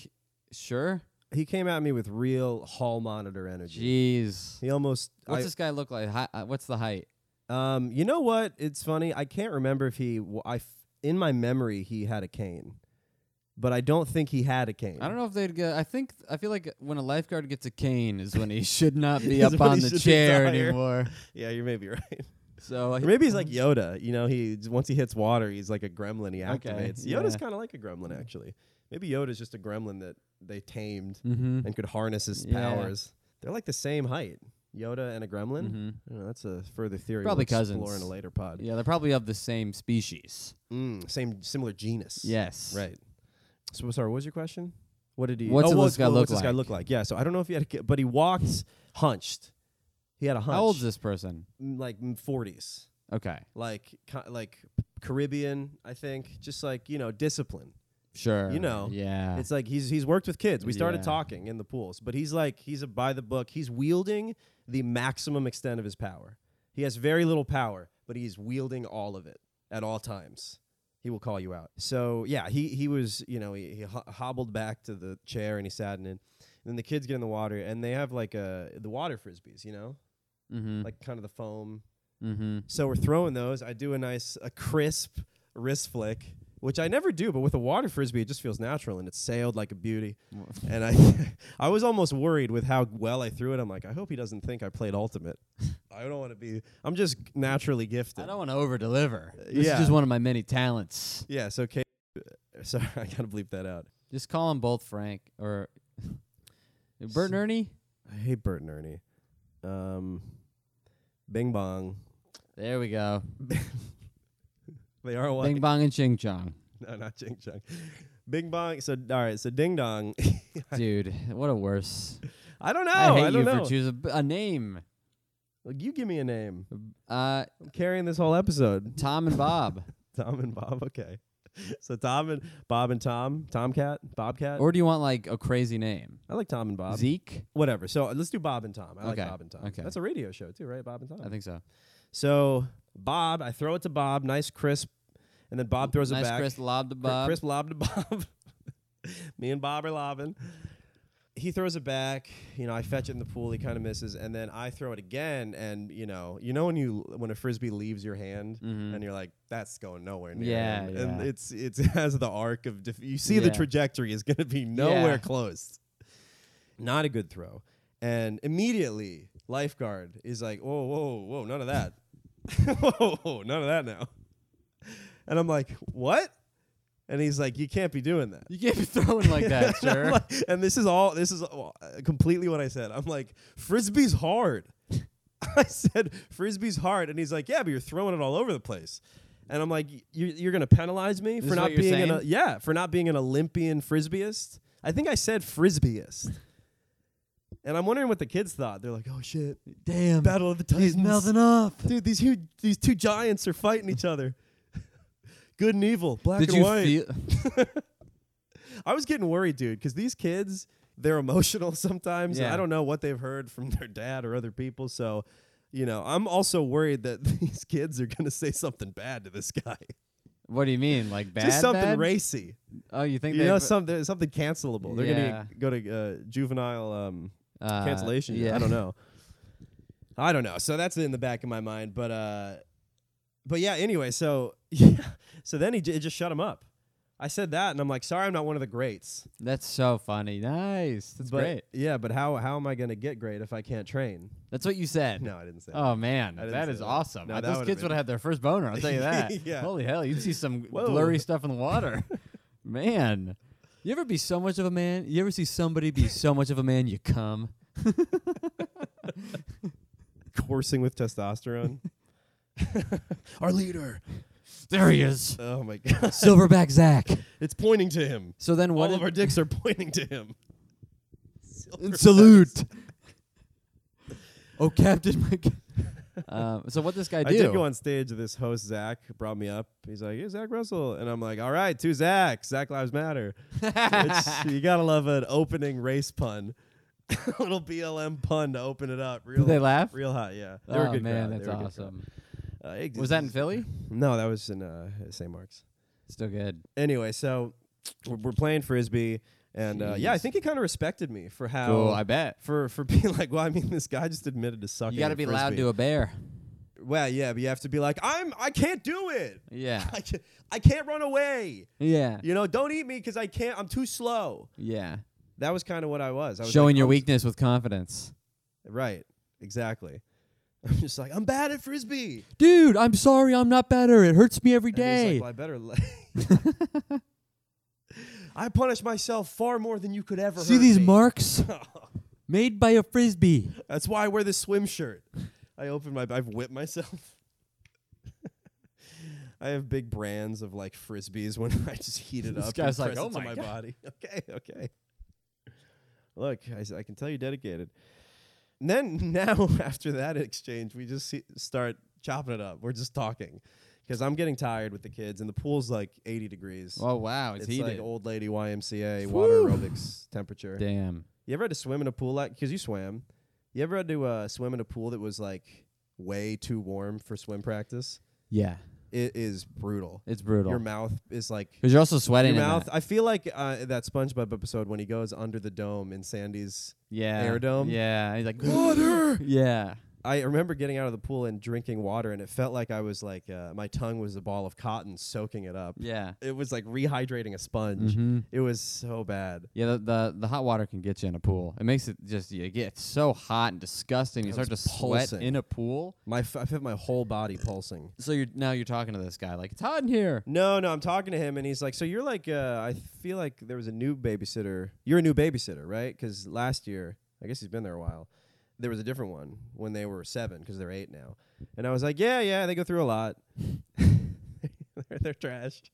sure.
He came at me with real hall monitor energy.
Jeez.
He almost.
What's
I-
this guy look like? Hi, uh, what's the height?
Um, you know what? It's funny. I can't remember if he. w I f in my memory, he had a cane, but I don't think he had a cane.
I don't know if they'd get. I think I feel like when a lifeguard gets a cane is when he should not be
Is
up
when
on
he
the
should
chair
retire.
anymore.
Yeah, you may be right.
So
Or
I-
maybe he's like Yoda. You know, he once he hits water, he's like a gremlin. He activates. Yoda's
yeah.
kind of like a gremlin, actually. Maybe Yoda's just a gremlin that they tamed
Mhm.
and could harness his
Yeah.
powers. They're like the same height. Yoda and a gremlin.
Mhm.
I don't know, that's a further theory.
Probably
we'll explore
cousins.
in a later pod.
yeah, they're probably of the same species.
Mm, same, similar genus.
Yes.
Right. So sorry, what was your question? What did he?
What's
oh,
it-
well,
this guy
well,
look
what's this guy
like?
look like? Yeah. So I don't know if he had, a kid, but he walked hunched. He had a hunch.
How old's this person?
Mm, Like forties,
Okay.
like ki- like Caribbean, I think. Just like you know, discipline.
Sure.
know,
Yeah.
It's like he's he's worked with kids. We started
Yeah.
talking in the pools, but he's like he's a by the book. He's wielding the maximum extent of his power. He has very little power, but he's wielding all of it at all times. He will call you out. So yeah, he he was you know he, he ho- hobbled back to the chair and he sat in it. And then the kids get in the water and they have like a the water frisbees, you know,
Mm-hmm.
like kind of the foam
mm-hmm.
so we're throwing those. I do a nice, a crisp wrist flick, which I never do, but with a water frisbee, it just feels natural and it's sailed like a beauty. and I, I was almost worried with how well I threw it. I'm like, I hope he doesn't think I played ultimate. I don't want to be. I'm just naturally gifted.
I don't want to over deliver. This
yeah.
is just one of my many talents.
yeah. So Kate, sorry, I gotta bleep that out.
Just call them both Frank or Bert and Ernie.
I hate Bert and Ernie. Um, Bing Bong.
There we go.
They are one.
Bing bong and ching chong.
No, not Ching Chong. Bing Bong. So all right. So Ding Dong.
Dude, what a worse.
I don't know.
I hate
don't
you
know.
for choosing a, a name.
Like you give me a name.
Uh,
I'm carrying this whole episode.
Tom and Bob.
Tom and Bob. Okay. So Tom and Bob and Tom, Tomcat, Bobcat.
or do you want like a crazy name?
I like Tom and Bob.
Zeke?
Whatever. So uh, let's do Bob and Tom. I like
Okay,
Bob and Tom.
okay.
That's a radio show too, right? Bob and Tom.
I think so.
so Bob, I throw it to Bob, nice crisp, and then Bob throws it
nice
back.
Chris lob to
Cri-
Bob.
Crisp lob to Bob. Me and Bob are lobbing. He throws it back. You know, I fetch it in the pool. He kind of misses, and then I throw it again. And you know, you know when you when a frisbee leaves your hand,
Mhm.
and you're like, that's going nowhere near.
Yeah,
him."
yeah.
and it's it's it has the arc of def- you see the
Yeah.
trajectory is going to be nowhere
Yeah.
close. Not a good throw. And immediately, lifeguard is like, whoa, whoa, whoa, none of that. whoa, whoa, none of that now. And I'm like, what? And he's like, you can't be doing that.
You can't be throwing like that,
And I'm
sure.
like- and this is all, this is all- uh, completely what I said. I'm like, Frisbee's hard. I said, Frisbee's hard. And he's like, yeah, but you're throwing it all over the place. And I'm like, you, you're going to penalize me
This
for
is
not
what you're
being an,
saying?
uh, yeah, for not being an Olympian Frisbeeist. I think I said Frisbeeist. and I'm wondering what the kids thought. They're like, oh shit,
Um,
Damn.
Battle of the Titans.
He's melting up.
Dude, these huge, these two giants are fighting each other. Good and evil, black
Did
and
you
white.
feel?
I was getting worried, dude, because these kids, they're emotional sometimes. And I
Yeah.
don't know what they've heard from their dad or other people. So, you know, I'm also worried that these kids are going to say something bad to this guy.
What do you mean? Like bad?
Just something
bad?
racy.
Oh, you think
You
they
know, something, something cancelable. They're
Yeah.
going to go to uh, juvenile um,
uh,
cancellation.
Yeah,
I don't know. I don't know. So that's in the back of my mind, but uh, but yeah. Anyway, so yeah. So then he j- it just shut him up. I said that, and I'm like, sorry, I'm not one of the greats.
That's so funny. Nice. That's
but
great.
yeah, but how how am I gonna get great if I can't train?
That's what you said.
No, I didn't say.
Oh man,
I didn't
that
say
is
that.
awesome.
No,
Uh,
that
Those
would've
kids
been-
would have had their first boner. I'll tell you that.
Yeah.
Holy hell, you'd see some
Whoa.
blurry stuff in the water. man,
You ever be so much of a man? You ever see somebody be so much of a man you come?
that. Coursing with testosterone. Our leader.
There he is.
Oh my god,
Silverback Zach.
it's pointing to him.
so then what?
All
if-
of our dicks are pointing to him.
Salute. oh, Captain. Mc-
um, so what this guy
I
do?
did go on stage. This host Zach brought me up. He's like, "Hey, Zach Russell," and I'm like, "All right, two Zach. Zach Lives Matter." Which you gotta love an opening race pun, a little BLM pun to open it up. Real,
Did they laugh?
Real hot, yeah. They were a
oh
good
man,
crowd. They
that's
were a good crowd.
awesome.
Uh, it-
Was that in Philly?
No, that was in uh, St. Mark's.
Still good.
Anyway, so we're, we're playing frisbee, and uh, yeah, I
Jeez.
think he kind of respected me for how
Cool, I bet.
for for being like, well, I mean, this guy just admitted to sucking.
You got to
at
be loud
Frisbee."
to a bear.
Well, yeah, but you have to be like, I'm, I can't do it.
Yeah.
I can't, I can't run away.
Yeah.
You know, don't eat me because I can't. I'm too slow.
Yeah.
That was kind of what I was. I was
Showing
like,
your
I'm-
weakness with confidence.
Right. Exactly. I'm just like, I'm bad at frisbee.
Dude, I'm sorry I'm not better. It hurts me every
And he's
day.
like, well, I better. Le- I punish myself far more than you could ever.
See
hurt
these
me. Oh.
marks made by a frisbee.
That's why I wear this swim shirt. I open my. I've whipped myself. I have big brands of like frisbees when I just heat it
This
up.
guy's
and
like,
press
"Oh
it to
my
my
God."
body. Okay, okay. Look, I, s- I can tell you're dedicated. And then now after that exchange, we just see, start chopping it up. We're just talking because I'm getting tired with the kids, and the pool's like 80 degrees.
Oh wow, it's,
it's
heated.
like old lady YMCA water aerobics temperature.
Damn.
You ever had to swim in a pool like because you swam? You ever had to uh, swim in a pool that was like way too warm for swim practice?
Yeah,
It is brutal.
it's brutal.
Your
Because
mouth is like
you're also sweating.
your
in
mouth.
that.
I feel like uh, that SpongeBob episode when he goes under the dome in Sandy's.
Yeah.
air dome.
Yeah. He's like water. yeah.
I remember getting out of the pool and drinking water, and it felt like I was like uh, my tongue was a ball of cotton soaking it up.
Yeah.
It was like rehydrating a sponge.
Mhm.
It was so bad.
Yeah. The, the the hot water can get you in a pool. It makes it just you get so hot and disgusting. You
I
start to
was
sweat
pulsing.
in a pool.
My f- I felt my whole body pulsing.
So you're now you're talking to this guy like it's hot in here.
No, no, I'm talking to him, and he's like, "So you're like, uh, I feel like there was a new babysitter. You're a new babysitter, right? Because last year, I guess he's been there a while. There was a different one when they were seven, because they're eight now. And I was like, yeah, yeah, they go through a lot. they're, they're trashed.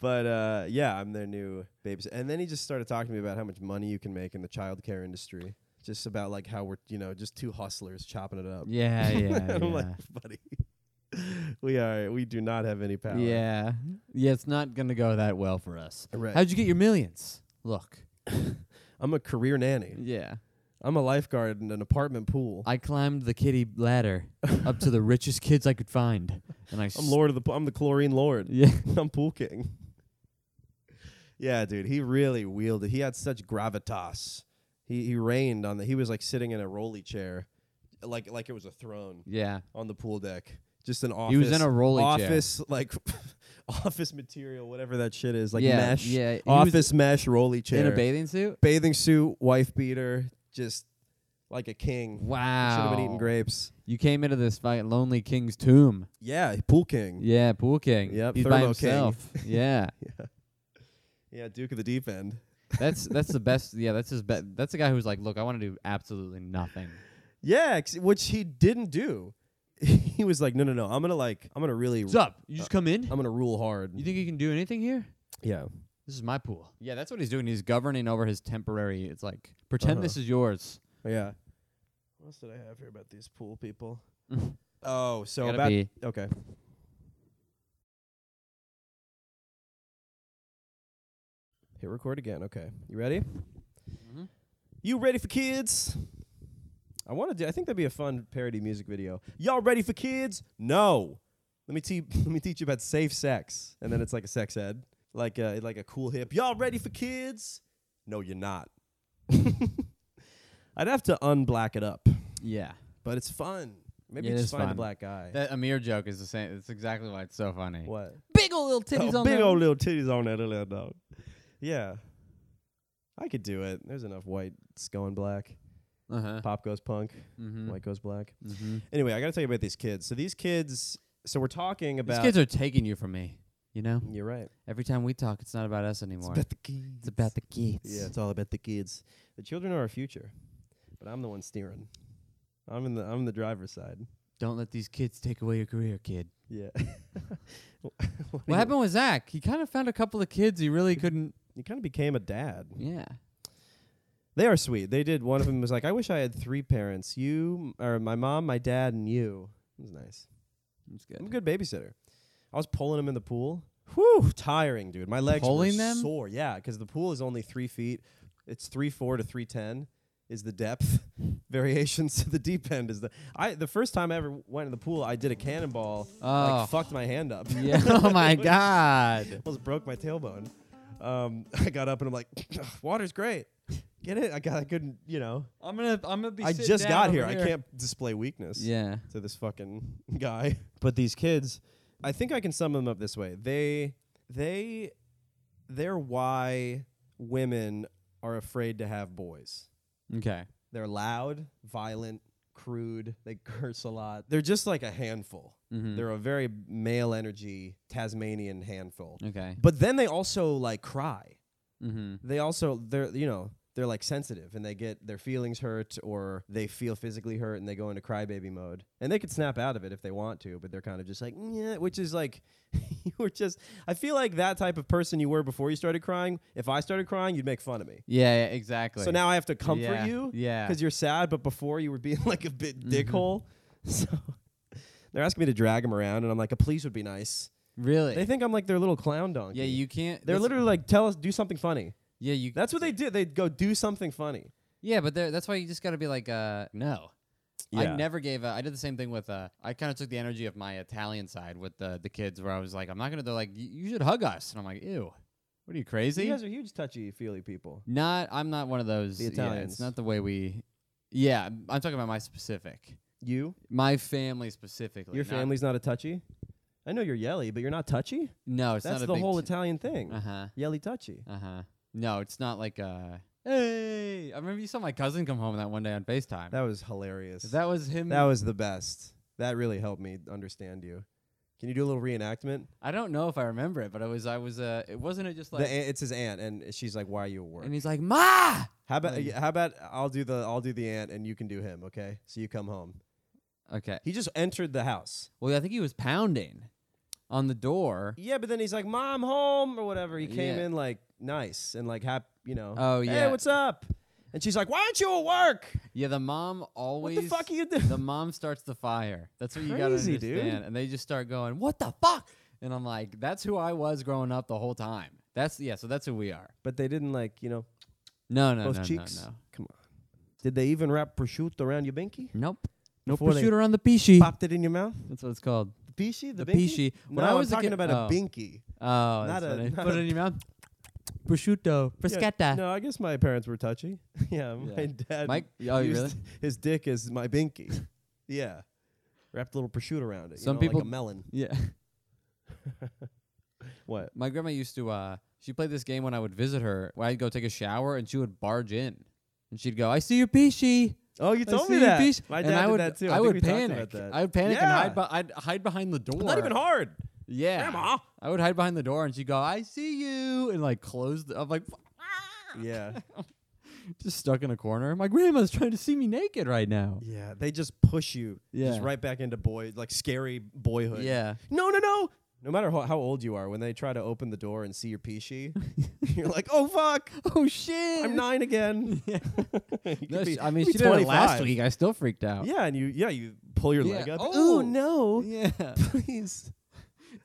but uh, yeah, I'm their new babysitter. And then he just started talking to me about how much money you can make in the childcare industry. Just about like how we're, you know, just two hustlers chopping it up.
Yeah. Yeah.
I'm
yeah.
like, buddy, we are, we do not have any power.
yeah. Yeah. It's not gonna go that well for us.
Right.
How'd you get your millions? Look.
I'm a career nanny.
Yeah.
I'm a lifeguard in an apartment pool.
I climbed the kitty ladder up to the richest kids I could find, and I.
I'm lord of the. po- I'm the chlorine lord.
Yeah.
I'm pool king. Yeah, dude, he really wielded. He had such gravitas. He he reigned on the. He was like sitting in a rolly chair, like like it was a throne
Yeah.
on the pool deck. Just an office.
He was in a rolly chair.
office like office material, whatever that shit is, like
Yeah,
mesh.
yeah, he was
Office mesh rolly
In
chair.
a bathing suit.
bathing suit, wife beater, just like a king.
Wow.
Should have been eating grapes.
You came into this fucking lonely king's tomb.
Yeah, Pool King.
Yeah, pool king.
Yep,
He's by
Thermo King.
himself. yeah.
Yeah, Duke of the Deep End.
That's that's the best. Yeah, that's his best. That's the guy who's like, look, I want to do absolutely nothing.
Yeah, ex- which he didn't do. he was like, no, no, no. I'm gonna like, I'm gonna really,
What's up? You
Uh,
just come in?
I'm gonna rule hard.
You think you can do anything here?
Yeah,
This is my pool. Yeah, that's what he's doing. He's governing over his temporary. It's like pretend this is yours.
yeah. What else did I have here about these pool people? oh, so
Gotta
about
be-
okay. Hit record again. Okay, you ready? Mm-hmm. You ready for kids? I want to do. I think that'd be a fun parody music video. Y'all ready for kids? No. Let me te- let me teach you about safe sex, and then it's like a sex ed, like a like a cool hip. Y'all ready for kids? No, you're not. I'd have to unblack it up,
Yeah.
but it's fun. Maybe
Yeah, it
just
is
find a
fun.
black guy.
That Amir joke is the same. That's exactly why it's so funny.
what?
Big old little titties
Oh,
on
big
there.
old little titties on that little dog. Yeah, I could do it. There's enough whites going black.
Uh-huh.
Pop goes punk.
Mm-hmm.
White goes black.
mm-hmm.
Anyway, I got to tell you about these kids. So these kids. So we're talking
These
about.
kids are taking you from me. You know,
you're right.
every time we talk, it's not about us anymore.
the kids.
It's about the kids.
Yeah, it's all about the kids. The children are our future, but I'm the one steering. I'm in the I'm the driver's side.
Don't let these kids take away your career, kid.
Yeah. what
What happened with Zach? He kind of found a couple of kids he really couldn't.
You kind of became a dad.
Yeah.
They are sweet. They did. One of them was like, "I wish I had three parents. You or my mom, my dad, and you." It was nice.
That's
I'm a
good.
good babysitter. I was pulling them in the pool. Whew, tiring, dude. My legs
Pulling
were
them?
sore. Yeah, because the pool is only three feet. It's three four to three ten is the depth variations. to the deep end is the. I the first time I ever went in the pool, I did a cannonball.
Oh.
Like fucked my hand up.
yeah. Oh my god.
almost broke my tailbone. Um, I got up and I'm like, water's great. Get it? I got. I couldn't. You know.
I'm gonna I'm gonna be.
I
sitting
just
down
got
over
here. I can't display weakness
Yeah.
to this fucking guy. But these kids, I think I can sum them up this way. They they they're why women are afraid to have boys.
Okay.
They're loud, violent, crude, they curse a lot. They're just like a handful.
Mhm.
They're a very male energy Tasmanian handful.
Okay.
But then they also like cry
Mm-hmm.
they also they're you know they're like sensitive and they get their feelings hurt or they feel physically hurt and they go into crybaby mode and they could snap out of it if they want to but they're kind of just like yeah which is like you were just i feel like that type of person you were before you started crying if i started crying you'd make fun of me
Yeah, yeah. Exactly.
so now i have to comfort
yeah. Mm-hmm.
you
Yeah.
because you're sad but before you were being like a bit dickhole so they're asking me to drag them around and i'm like a police would be nice
really.
they think i'm like their little clown donkey
yeah. You can't.
they're
that's-
literally like tell us do something funny
Yeah. You.
that's what they did. They'd go do something funny.
Yeah, but there- that's why you just got to be like, uh, no.
Yeah.
I never gave. A, I did the same thing with. Uh, I kind of took the energy of my Italian side with the the kids, where I was like, I'm not gonna. They're like, "Y- you should hug us, and I'm like, ew. What are you crazy?
You guys are huge touchy feely people.
not. I'm not one of those.
The
Yeah,
Italians.
it's not the way we. Yeah, I'm I'm talking about my specific,
You,
my family specifically.
your
not-
family's not a touchy. I know you're yelly, but you're not touchy.
No, it's
That's
not a
the
big
whole Italian thing.
Uh huh.
Yelly touchy.
Uh huh. No, it's not like uh. Hey, I remember you saw my cousin come home that one day on Facetime.
That was hilarious.
That was him.
That was the best. That really helped me understand you. Can you do a little reenactment?
I don't know if I remember it, but I was. I was. Uh, it wasn't it just
The
like.
aunt- it's his aunt, and she's like, "Why are you at work?"
And he's like, Ma!
How about how about I'll do the I'll do the aunt, and you can do him. Okay, so you come home.
Okay.
He just entered the house.
Well, I think he was pounding on the door.
Yeah, but then he's like, "Mom, home" or whatever. He came
Yeah.
in like nice and like happy, you know.
Oh,
Hey,
yeah.
what's up? And she's like, "Why aren't you at work?
Yeah, the mom
What
always.
the fuck are you doing?"
The mom starts the fire. That's what you gotta
Crazy,
understand.
dude.
And they just start going, "What the fuck?" And I'm like, "That's who I was growing up the whole time." That's yeah. So that's who we are.
But they didn't like, you know,
No, no,
both
no,
cheeks.
no, no.
Come on. Did they even wrap prosciutto around your binky?
Nope. No
Before they
shooter on the peachy.
Popped it in your mouth?
That's what it's called.
The pishy? The,
The
binky?
pishy.
No,
When I
I'm
was a
talking
kid-
about
oh.
a binky.
Oh,
Not
that's
a-
funny.
not
Put
a-
it in your mouth. Prosciutto. Frascetta.
No, I guess my parents were touchy. yeah, my
Yeah.
dad.
Mike. Oh, you
used
really?
His dick is my binky. yeah. Wrapped a little prosciutto around it. you
Some
know, like
people-
a melon.
Yeah.
What?
My grandma used to uh she played this game when I would visit her. Where I'd go take a shower and she would barge in. And she'd go, "I see your peachy."
Oh, you
I
told
see
me
your
that.
peach."
My
and
dad
I
did
would,
that too.
I,
think
would
we talked
panic.
about that.
I would panic
Yeah.
and hide. Be- I'd hide behind the door.
Not even hard.
Yeah,
Grandma.
I would hide behind the door and she'd go, "I see you," and like close. The, I'm like, "Ah."
Yeah.
just stuck in a corner. My grandma's trying to see me naked right now.
Yeah. They just push you
Yeah.
just right back into boy, like scary boyhood.
Yeah.
No, no, no. No matter how, how old you are, when they try to open the door and see your peachy, you're like, oh, fuck.
Oh shit!
I'm nine again.
Yeah.
You
No,
could
she-
be-
I
you
mean,
could
she
be
did it last
25.
week. I still freaked out.
Yeah. And you, yeah, you pull your
Yeah.
leg up.
Oh.
oh, no.
Yeah.
Please.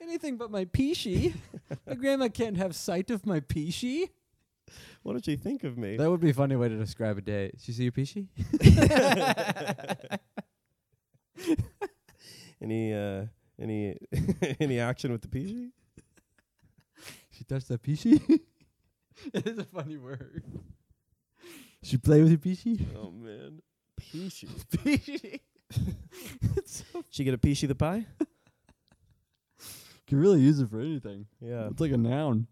Anything but my peachy. my grandma can't have sight of my peachy.
What did you think of me?
That would be a funny way to describe a day. Did you see your peachy?
Any, uh, any, any action with the peachy?
she touched that peachy? it is a funny word. She play with your peachy?
Oh, man. Peachy.
peachy.
She get a peachy the pie?
Can really use it for anything.
Yeah.
It's like a noun.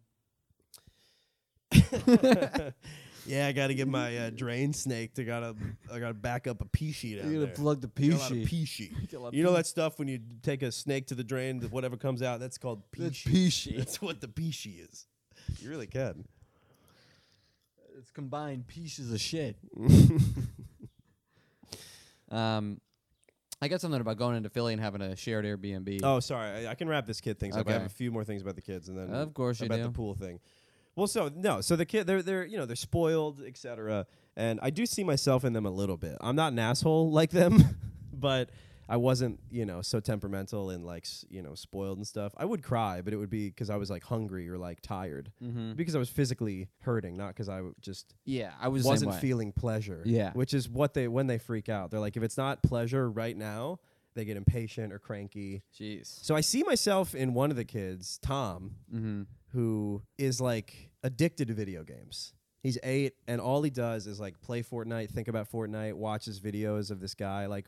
yeah, I got to get my uh, drain snake to gotta I gotta back up a pea sheet out
You
there.
gotta plug the
Got a lot of
peachy.
pea sheet. You know that stuff when you take a snake to the drain, that whatever comes out, that's called pea
That's
sheet.
peachy.
That's what the pea sheet is. You really can.
It's combined pieces of shit. um, I got something about going into Philly and having a shared Airbnb.
Oh, sorry, Oh, I, I can wrap this kid things up. I have
Okay.
a few more things about the kids, and then
Of course you
about the
do.
pool thing. Well, so no, so the kid they're they're you know they're spoiled, etc. And I do see myself in them a little bit. I'm not an asshole like them, but I wasn't you know so temperamental and like s- you know spoiled and stuff. I would cry, but it would be because I was like hungry or like tired
Mm-hmm.
because I was physically hurting, not because I w- just
Yeah, I was the same
wasn't
way.
feeling pleasure.
Yeah.
which is what they when they freak out, they're like if it's not pleasure right now, they get impatient or cranky.
Jeez.
So I see myself in one of the kids, Tom, who is like addicted to video games. He's eight, and all he does is like play Fortnite, think about Fortnite, watches videos of this guy, like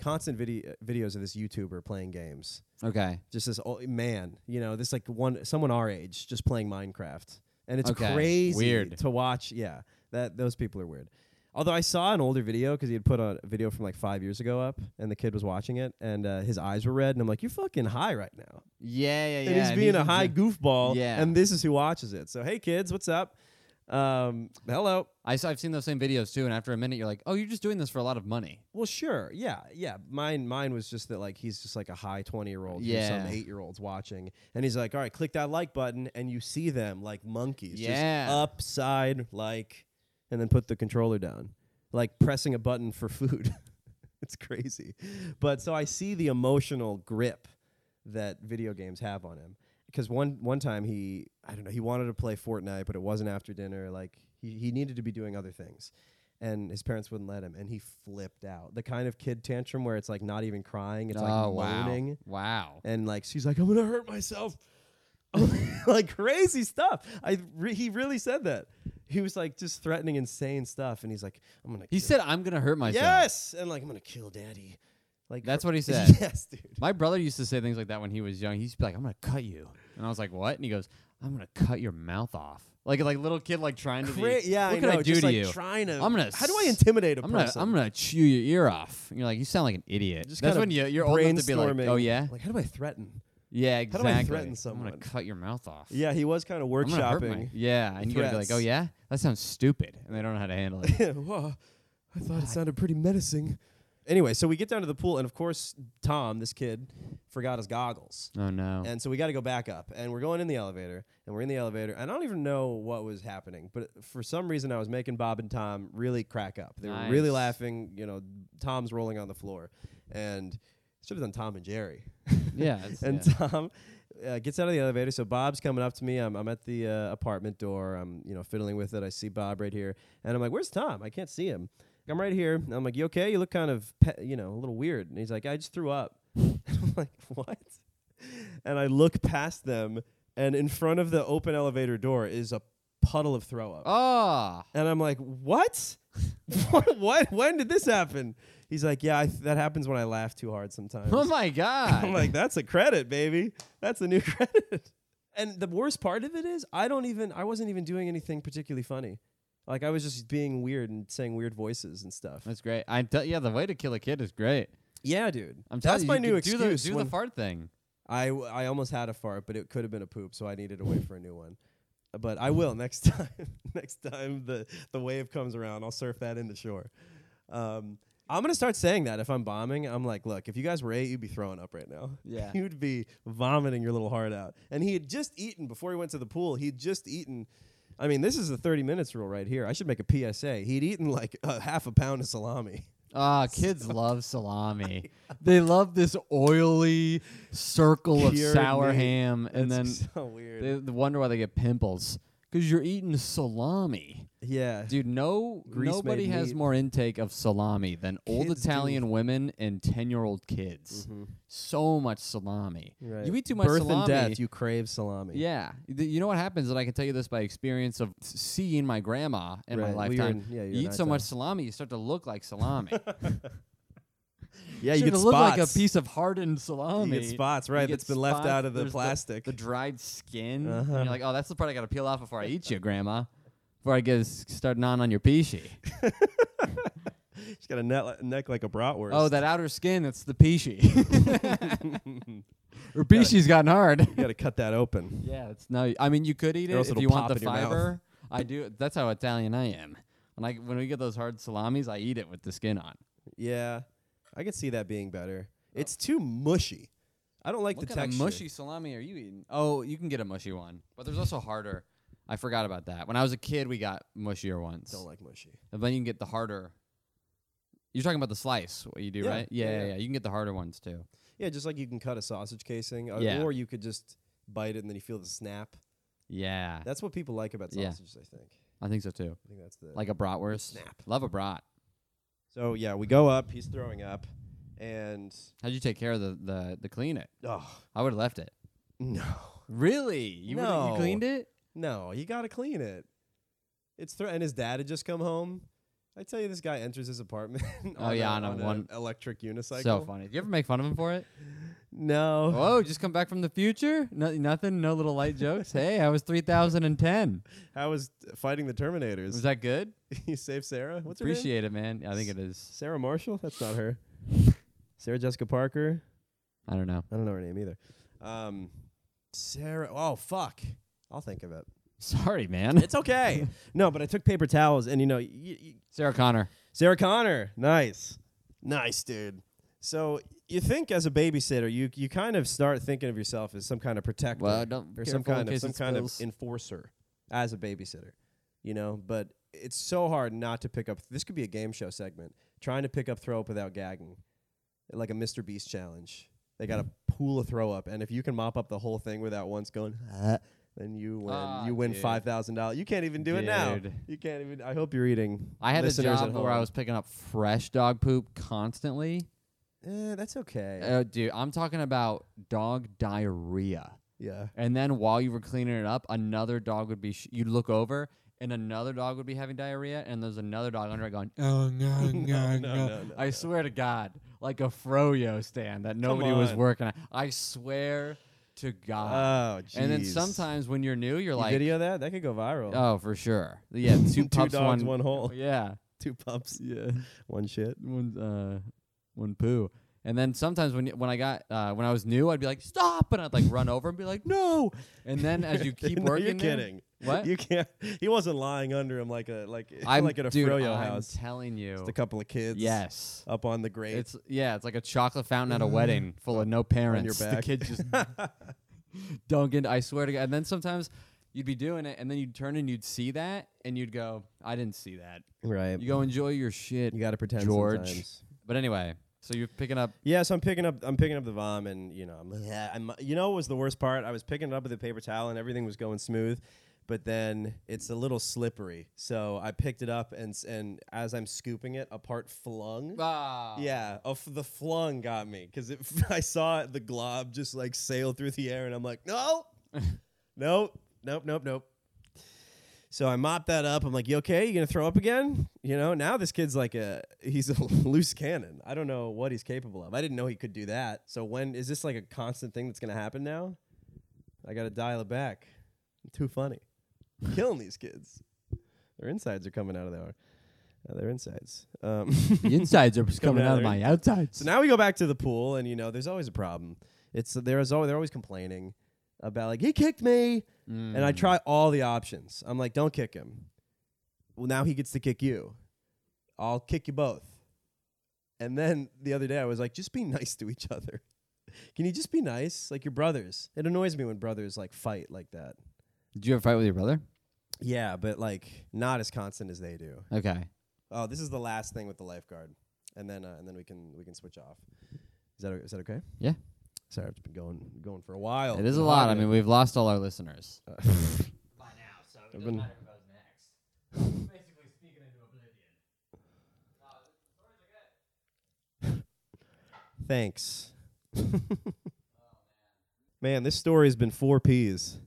constant video videos of this YouTuber playing games.
Okay.
Just this old man, you know, this like one someone our age just playing Minecraft, and it's
Okay.
crazy
Weird.
to watch. Yeah, that those people are weird. Although I saw an older video because he had put a video from like five years ago up, and the kid was watching it, and uh, his eyes were red, and I'm like, "You're fucking high right now."
Yeah, yeah, yeah.
and he's
and
being a high
legit-
goofball.
Yeah.
And this is who watches it. So hey kids, what's up? Um, hello.
I saw, I've seen those same videos too, and after a minute, you're like, oh, you're just doing this for a lot of money.
Well, sure. Yeah, yeah. Mine mine was just that like he's just like a high twenty year old, some
Yeah.
eight year olds watching. And he's like, All right, click that like button and you see them like monkeys.
Yeah.
Just upside like and then put the controller down. Like pressing a button for food. it's crazy. But so I see the emotional grip that video games have on him. Because one one time he I don't know he wanted to play Fortnite, but it wasn't after dinner. Like he, he needed to be doing other things, and his parents wouldn't let him, and he flipped out. The kind of kid tantrum where it's like not even crying, it's
oh,
like
wow.
moaning,
Wow.
and like she's like I'm gonna hurt myself, like crazy stuff. I re- he really said that. He was like just threatening insane stuff, and he's like I'm gonna.
He
kill-
said, I'm going to hurt myself.
yes, and like I'm gonna kill daddy. Like
That's what he said.
yes, dude.
My brother used to say things like that when he was young. He used to be like, "I'm gonna cut you," and I was like, "What?" And he goes, "I'm gonna cut your mouth off." Like like little kid like trying to. be,
Cra- yeah,
what
I
can
know.
I do
just
to
like
you?
Trying to.
I'm gonna
How do I
s-
intimidate a
I'm gonna
person?
I'm gonna chew your ear off. And you're like, you sound like an idiot.
Just
That's
kinda
when you you're old enough to be like,
brainstorming,
oh yeah,
Like how do I threaten?
yeah,
do I
exactly.
threaten
I'm
someone?
gonna cut your mouth off.
Yeah, he was kind of
I'm gonna hurt my-
workshopping.
yeah, and you're gonna be like,
threats.
oh yeah, that sounds stupid, and they don't know how to handle it.
Whoa, I thought it sounded pretty menacing. Anyway, so we get down to the pool, and of course, Tom, this kid, forgot his goggles.
oh no.
And so we got to go back up, and we're going in the elevator, and we're in the elevator, and I don't even know what was happening, but for some reason, I was making Bob and Tom really crack up. They were really
Nice.
laughing. You know, Tom's rolling on the floor, and should have done Tom and Jerry.
yeah. it's-
and
yeah.
Tom uh, gets out of the elevator. So Bob's coming up to me. I'm, I'm at the uh, apartment door. I'm you know fiddling with it. I see Bob right here, and I'm like, "Where's Tom? I can't see him." I'm right here. And I'm like, "You okay? You look kind of pe- you know a little weird." And he's like, "I just threw up." I'm like, "What?" And I look past them, and in front of the open elevator door is a puddle of throw up.
Oh,
And I'm like, what? what? What? When did this happen? He's like, yeah, I th- that happens when I laugh too hard sometimes.
oh my god.
I'm like, that's a credit, baby. That's a new credit. And the worst part of it is, I don't even, I wasn't even doing anything particularly funny. Like, I was just being weird and saying weird voices and stuff.
That's great. I tell yeah, the way to kill a kid is great.
Yeah, dude.
I'm telling
That's
you,
my
you
new
could do
excuse.
the- Do the
when-
fart thing.
I, w- I almost had a fart, but it could have been a poop, so I needed to wait for a new one. But I will next time. next time the, the wave comes around, I'll surf that into shore. Um, I'm gonna start saying that if I'm bombing. I'm like, look, if you guys were eight, you'd be throwing up right now.
Yeah.
you'd be vomiting your little heart out. And he had just eaten before he went to the pool. He'd just eaten. I mean, this is the 30 minutes rule right here. I should make a PSA. He'd eaten like a half a pound of salami.
Ah, kids love salami.
They love this oily circle of
Cured
sour
meat.
ham, and then
That's so weird.
They they wonder why they get pimples. Because you're eating salami.
yeah,
Dude, no
Grease
nobody
made
has
meat.
more intake of salami than old
Kids do. Mm-hmm.
Italian women and 10-year-old kids. So much salami.
Right.
You eat too much
Birth
salami.
and death, you crave salami.
yeah. Th- You know what happens, and I can tell you this by experience of s- seeing my grandma in my
Right. Well, you're
lifetime.
in- yeah, you're
you
in
eat so much salami, you start to look like salami.
yeah,
you
you
should
get
look like a
spots.
piece of hardened
You
salami.
get spots, right?
You
That's
get
been left
spots,
out of the
there's
plastic.
The, dried skin. And
Uh-huh.
you're like, oh, that's the part I got to peel off before I eat you, Grandma. Before I get s- start gnawing on your peachy.
She's got a net li- neck like a bratwurst.
oh, that outer skin, that's the peachy.
Her peachy's gotten hard.
you got to cut that open.
yeah, it's no. I mean, you could eat
Or else
it if
it'll
you want
pop
the
in your mouth.
fiber. I do. That's how Italian I am. When I when we get those hard salamis, I eat it with the skin on.
Yeah, I could see that being better. It's too mushy. I don't like
Oh. What
the
kind
texture.
of mushy salami are you eating? Oh, you can get a mushy one, but there's also harder. I forgot about that. When I was a kid, we got mushier ones.
Don't like mushy.
And then you can get the harder. You're talking about the slice, what you do,
Yeah,
right? Yeah
yeah,
yeah,
yeah.
yeah, You can get the harder ones too.
Yeah, just like you can cut a sausage casing, uh,
Yeah.
or you could just bite it and then you feel the snap.
Yeah,
That's what people like about
Yeah.
sausages, I think.
I think so too.
I think that's the
Like a bratwurst.
Snap.
Love a brat.
So yeah, we go up. He's throwing up, and
How'd you take care of the the, the clean it?
oh
I would have left it.
no,
Really? You would've-
No.
you cleaned it?
no, you gotta clean it. It's throw and his dad had just come home. I tell you, this guy enters his apartment.
Oh, yeah, on a one-
electric unicycle.
So funny. Did you ever make fun of him for it?
No,
Whoa, just come back from the future? No, nothing, no little light jokes. Hey, I was 3010.
I was fighting the Terminators.
Was that good?
you saved Sarah. What's her name?
Appreciate it, man. I think it is.
Sarah Marshall? That's not her. Sarah Jessica Parker.
I don't know.
I don't know her name either. Um, Sarah. Oh fuck. I'll think of it.
Sorry, man.
It's okay. no, but I took paper towels, and you know, y- y-
Sarah Connor.
Sarah Connor. Nice. Nice, dude. So you think as a babysitter, you you kind of start thinking of yourself as some kind of protector
Well, don't
or some
careful in
kind of
case
some
it
kind of
spills.
enforcer as a babysitter. You know, but it's so hard not to pick up this could be a game show segment. Trying to pick up throw up without gagging. Like a Mr. Beast challenge. They got
Mm.
a pool of throw up and if you can mop up the whole thing without once going "Ah," then you win.
Ah,
you win
dude.
five thousand dollars. You can't even do it now.
Dude.
You can't even. I hope you're eating.
I had a
listeners at
job where I
home.
was picking up fresh dog poop constantly.
Eh, that's okay.
Oh, dude, I'm talking about dog diarrhea.
yeah.
And then while you were cleaning it up, another dog would be. Sh- you'd look over, and another dog would be having diarrhea, and there's another dog under it going.
Oh no, no, no.
I swear to God, like a froyo stand that nobody was
on.
working. At. I swear to God.
Oh, jeez.
ah. and then sometimes when you're new, you're
You
like,
video that that could go viral.
oh, for sure, yeah, two,
two
pups,
dogs, one hole.
yeah,
two pups. Yeah, one shit.
one uh one poo. And then sometimes when y- when I got uh, when I was new, I'd be like stop, and I'd like run over and be like no. And then as you keep
no,
working,
you're
there-
kidding.
What?
You can't. He wasn't lying under him like a like
I'm
like at a
dude,
froyo
I'm
house.
telling you,
Just a couple of kids.
yes,
Up on the grate.
it's yeah, it's like a chocolate fountain at a wedding full of no parents. The
Mm-hmm. back.
kids just don't get. I swear to God. And then sometimes you'd be doing it, and then you'd turn and you'd see that, and you'd go, I didn't see that.
right.
You go enjoy your shit.
You got to pretend.
George.
sometimes.
But anyway, so you're picking up.
Yeah, so I'm picking up. I'm picking up the vom, and you know, I'm, I'm. You know, what was the worst part? I was picking it up with a paper towel, and everything was going smooth, but then it's a little slippery. So I picked it up, and s- and as I'm scooping it, a part flung.
Ah,
Yeah, oh, f- the flung got me because I saw the glob just like sail through the air, and I'm like, no, nope, nope, nope, nope. So I mop that up. I'm like, you okay? You gonna throw up again? You know, now this kid's like a he's a loose cannon. I don't know what he's capable of. I didn't know he could do that. So when is this like a constant thing that's gonna happen now? I gotta dial it back. I'm too funny. Killing these kids. Their insides are coming out of their uh, their insides. Um,
The insides are
coming
coming
out
out
of
of
my
my outsides.
so now we go back to the pool, and you know, there's always a problem. It's there is always they're always complaining about like he kicked me, and
Mm.
I try all the options. I'm like, don't kick him. Well, now he gets to kick you. I'll kick you both. And then the other day, I was like, just be nice to each other. Can you just be nice, like your brothers? It annoys me when brothers like fight like that.
Did you ever fight with your brother?
Yeah, but like not as constant as they do.
Okay.
Oh, this is the last thing with the lifeguard, and then uh, and then we can we can switch off. Is that o- is that okay?
Yeah.
Sorry, I've been going going for a while.
It is a
Been
lot. I
hogging
mean,
it.
we've lost all our listeners.
by now, so it
I've
doesn't
been-
matter who goes next. Basically speaking into oblivion.
thanks. man, this story has been four P's.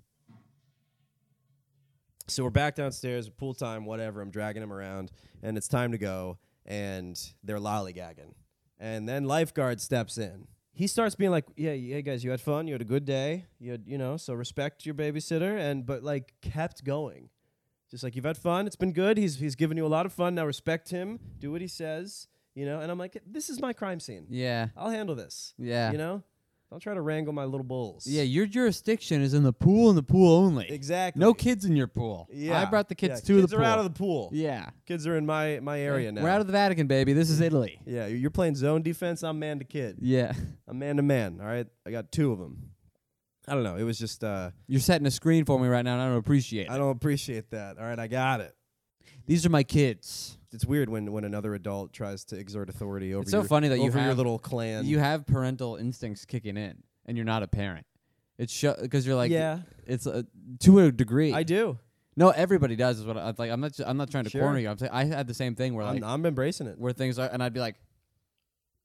So we're back downstairs, pool time, whatever. I'm dragging him around, and it's time to go, and they're lollygagging. And then lifeguard steps in. He starts being like, "Yeah, hey guys, you had fun. You had a good day. You had, you know, so respect your babysitter." And but like kept going, just like you've had fun. It's been good. He's he's given you a lot of fun. Now respect him. Do what he says. You know. And I'm like, this is my crime scene.
Yeah.
I'll handle this.
Yeah.
You know? Don't try to wrangle my little bulls.
Yeah, your jurisdiction is in the pool and the pool only.
Exactly.
No kids in your pool.
Yeah.
I brought the kids
Yeah,
to
kids
the
are
pool.
out of the pool.
yeah.
Kids are in my my area now. Mm-hmm.
We're out of the Vatican, baby. This is Italy.
yeah, you're playing zone defense. I'm man to kid.
Yeah.
I'm man to man. All right, I got two of them. I don't know. It was just uh,
You're setting a screen for me right now, and I don't appreciate it.
I don't appreciate that. All right, I got it.
These are my kids.
It's weird when when another adult tries to exert authority over
It's so
your,
funny that you
over your
have-
little clan.
You have parental instincts kicking in, and you're not a parent. It's because you're like,
yeah,
it's uh to a degree.
I do.
No, everybody does. Is what I, like. I'm not. I'm not trying to
Sure.
corner you. I'm saying I had the same thing where like
I'm, I'm embracing it.
where things are, and I'd be like,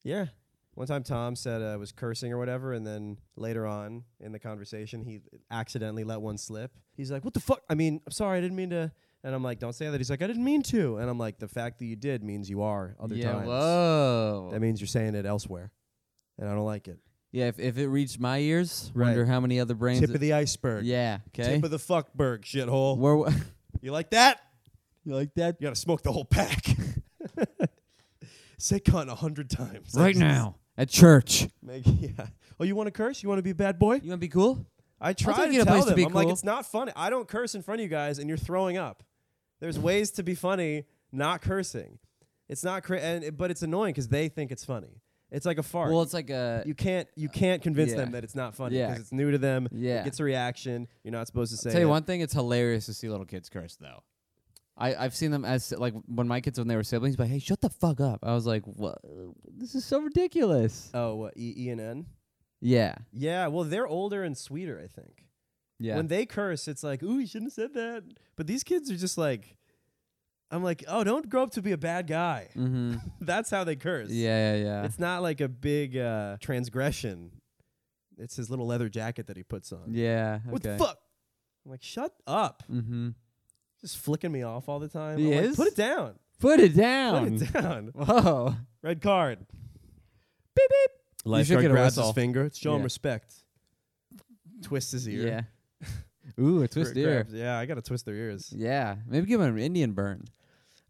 Yeah. One time Tom said uh, was cursing or whatever, and then later on in the conversation he accidentally let one slip. He's like, "What the fuck? I mean, I'm sorry, I didn't mean to." And I'm like, "Don't say that." He's like, "I didn't mean to." And I'm like, "The fact that you did means you are other
yeah,
times.
whoa,
That means you're saying it elsewhere, and I don't like it."
yeah. If, if it reached my ears,
Right.
wonder how many other brains.
Tip of the iceberg.
yeah. Okay.
Tip of the fuckberg, shithole.
Where w-
You like that?
you like that
You gotta smoke the whole pack. Say cunt a hundred times.
right now at church?
Make, yeah. Oh, you want to curse? You want to be a bad boy?
You wanna be cool?
I try
take
to
you to a
tell
place to
them.
be
I'm like,
cool.
it's not funny. I don't curse in front of you guys, and you're throwing up. There's ways to be funny, not cursing. It's not, cr- and it- but it's annoying because they think it's funny. It's like a fart.
Well, it's like a
you can't you can't convince
yeah.
them that it's not funny
Yeah.
because it's new to them.
Yeah.
it gets a reaction. You're not supposed to say.
Tell you
it.
one thing, it's hilarious to see little kids curse though. I, I've seen them as like when my kids when they were siblings, like, hey, shut the fuck up. I was like, what? This is so ridiculous.
Oh, what, e-, e and N.
Yeah,
Yeah, well, they're older and sweeter, I think.
yeah.
When they curse, it's like, ooh, you shouldn't have said that. But these kids are just like, I'm like, oh, don't grow up to be a bad guy.
mm-hmm.
That's how they curse.
Yeah, yeah, yeah.
It's not like a big uh, transgression. It's his little leather jacket that he puts on.
yeah.
What
okay.
the fuck? I'm like, shut up.
Mm-hmm.
Just flicking me off all the time.
He
I'm like,
is?
Put it down.
Put it down.
Put it down.
Whoa.
Red card. Beep beep.
You should
Lifeguard
get a
grabs his
whistle.
finger. Show him
Yeah.
respect. Twist his ear.
Yeah. Ooh, a twist
Gra-
ear.
grabs- Yeah, I gotta twist their ears.
Yeah. Maybe give him an Indian burn.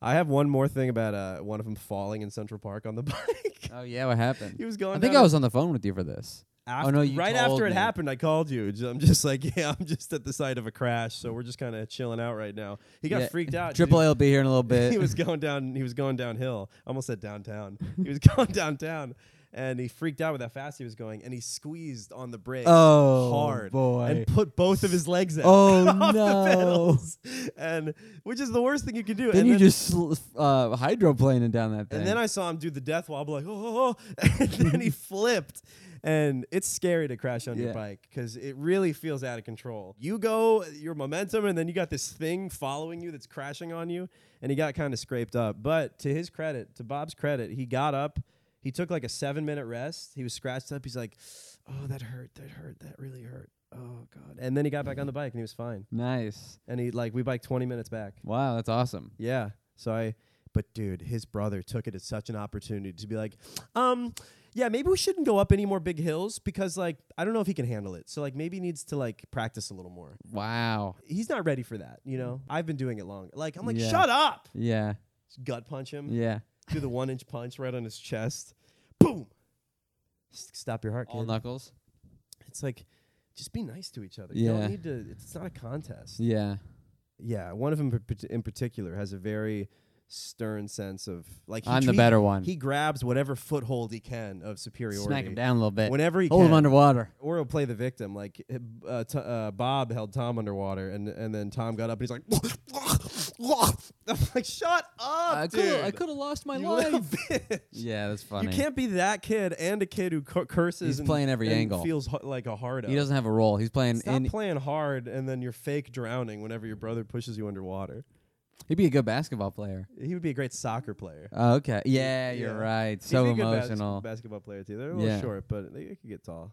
I have one more thing about uh, one of them falling in Central Park on the bike.
Oh yeah, what happened?
he was going.
I think I
down a-
was on the phone with you for this.
After,
Oh, no, you
right
told
after it
me.
happened, I called you. J- I'm just like, yeah, I'm just at the site of a crash, so we're just kind of chilling out right now. He got
Yeah.
freaked out. 'cause
Triple
he-
A will be here in a little bit.
He was going down. He was going downhill. I Almost said downtown. he was going downtown, and he freaked out with how fast he was going, and he squeezed on the brakes
Oh,
hard
boy.
and put both of his legs out.
Oh, no.
off The pedals, and which is the worst thing you can do.
then
and
you
then,
just sl- uh, hydroplaning down that thing.
and then I saw him do the death wobble, like, oh, oh, oh," and then he flipped. And it's scary to crash on
Yeah.
your bike because it really feels out of control. You go, your momentum, and then you got this thing following you that's crashing on you. And he got kind of scraped up. But to his credit, to Bob's credit, he got up. He took like a seven minute rest. He was scratched up. He's like, oh, that hurt. That hurt. That really hurt. Oh, God. And then he got back on the bike and he was fine.
nice.
And he, like, we biked 20 minutes back.
Wow, that's awesome.
Yeah. So I, but dude, his brother took it as such an opportunity to be like, um, yeah, maybe we shouldn't go up any more big hills because like I don't know if he can handle it. So like maybe he needs to like practice a little more.
Wow.
He's not ready for that, you know. I've been doing it long. Like I'm like,
Yeah.
shut up.
Yeah.
Just gut punch him.
Yeah.
Do the one inch punch right on his chest. Boom. S- Stop your heart,
All
kid.
knuckles.
It's like, just be nice to each other. You
Yeah.
don't need to. It's not a contest.
Yeah.
Yeah, one of them in parti- in particular has a very stern sense of like he
I'm the
treat-
better one.
He grabs whatever foothold he can of superiority.
Smack him down a little bit.
whenever he
Hold
can.
him underwater.
Or he'll play the victim. Like uh, uh, t- uh, Bob held Tom underwater, and and then Tom got up and he's like, I'm like, shut up,
I
dude.
could I could have lost my
You
life.
little bitch."
Yeah, that's funny.
You can't be that kid and a kid who cur- curses.
He's
and,
playing every
and
angle.
Feels ho- like a hard.
he doesn't have a role. He's playing.
Stop
In,
playing hard, and then you're fake drowning whenever your brother pushes you underwater.
he'd be a good basketball player.
He would be a great soccer player.
Oh, okay. Yeah, you're
Yeah.
right.
He'd
So
be a good bas-
emotional.
basketball player too. They're a little
Yeah.
short, but they, they could get tall.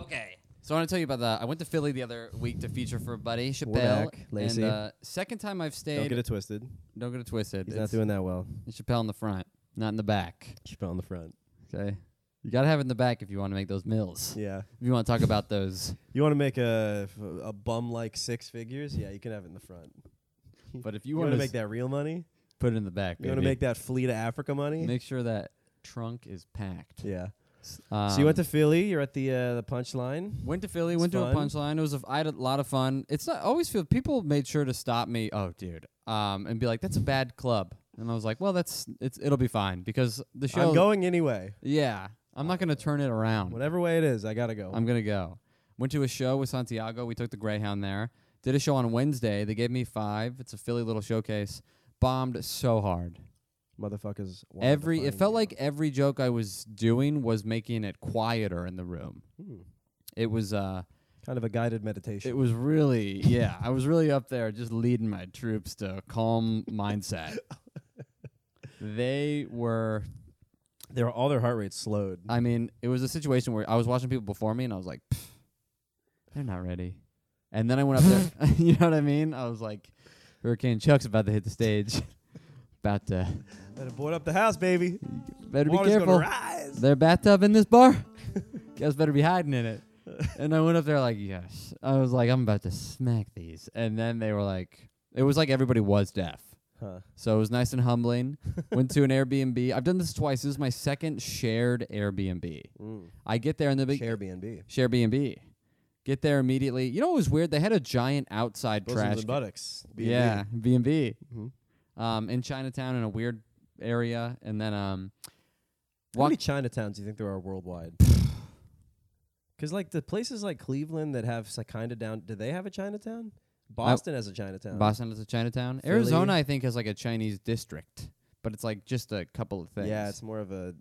Okay. So I want to tell you about the. I went to Philly the other week to feature for a buddy, Chappelle.
back,
and
Lacey.
uh, second time I've stayed.
Don't get it twisted.
don't get it twisted.
He's not
It's-
doing that well.
it's Chappelle in the front, not in the back.
Chappelle in the front.
Okay. You gotta have it in the back if you want to make those mills.
Yeah.
If you want to talk about those.
You want to make a a bum like six figures? Yeah, you can have it in the front.
But if
You,
you,
want to make
that,
that real money?
put it in the back.
You want to
baby.
make that flea to Africa money?
make sure that trunk is packed.
yeah.
Um,
so you went to Philly. You're at the uh, the punchline.
Went to Philly,
It's
went to a
fun.
punchline. It was a, I had a lot of fun. It's not I always feel people made sure to stop me. Oh, dude, um, and be like, "That's a bad club," and I was like, "Well, that's it's it'll be fine because the show."
I'm going anyway.
Yeah, I'm not gonna turn it around.
Whatever way it is, I gotta go.
Um, I'm gonna go. Went to a show with Santiago. We took the Greyhound there. Did a show on Wednesday. They gave me five. It's a Philly little showcase. Bombed so hard.
Motherfuckers. wanted to
Every it
find
felt
you.
like every joke I was doing was making it quieter in the room.
Hmm.
It was uh
kind of a guided meditation.
it was really yeah, I was really up there just leading my troops to a calm mindset. they were
They were all their heart rates slowed.
I mean, it was a situation where I was watching people before me and I was like, "Pff, they're not ready. And then I went up there. you know what I mean? I was like, Hurricane Chuck's about to hit the stage. about to.
Better board up the house, baby.
Better
Water's
be
gonna
careful.
rise.
Their bathtub in this bar? Guys better be hiding in it. And I went up there like, yes. I was like, I'm about to smack these. And then they were like, it was like everybody was deaf.
Huh.
So it was nice and humbling. Went to an Airbnb. I've done this twice. This is my second shared Airbnb.
Mm.
I get there and the big
Airbnb.
Share B and B. Get there immediately. You know what was weird? They had a giant outside
Bosoms
trash.
and buttocks.
can- Yeah, B and B.
Mhm.
Um, in Chinatown in a weird area, and then um,
How
walk.
many Chinatowns do you think there are worldwide? Because like the places like Cleveland that have kind of down, do they have a Chinatown? Boston has a Chinatown.
Boston is a Chinatown.
Philly.
Arizona, I think, has like a Chinese district, but it's like just a couple of things.
Yeah, it's more of a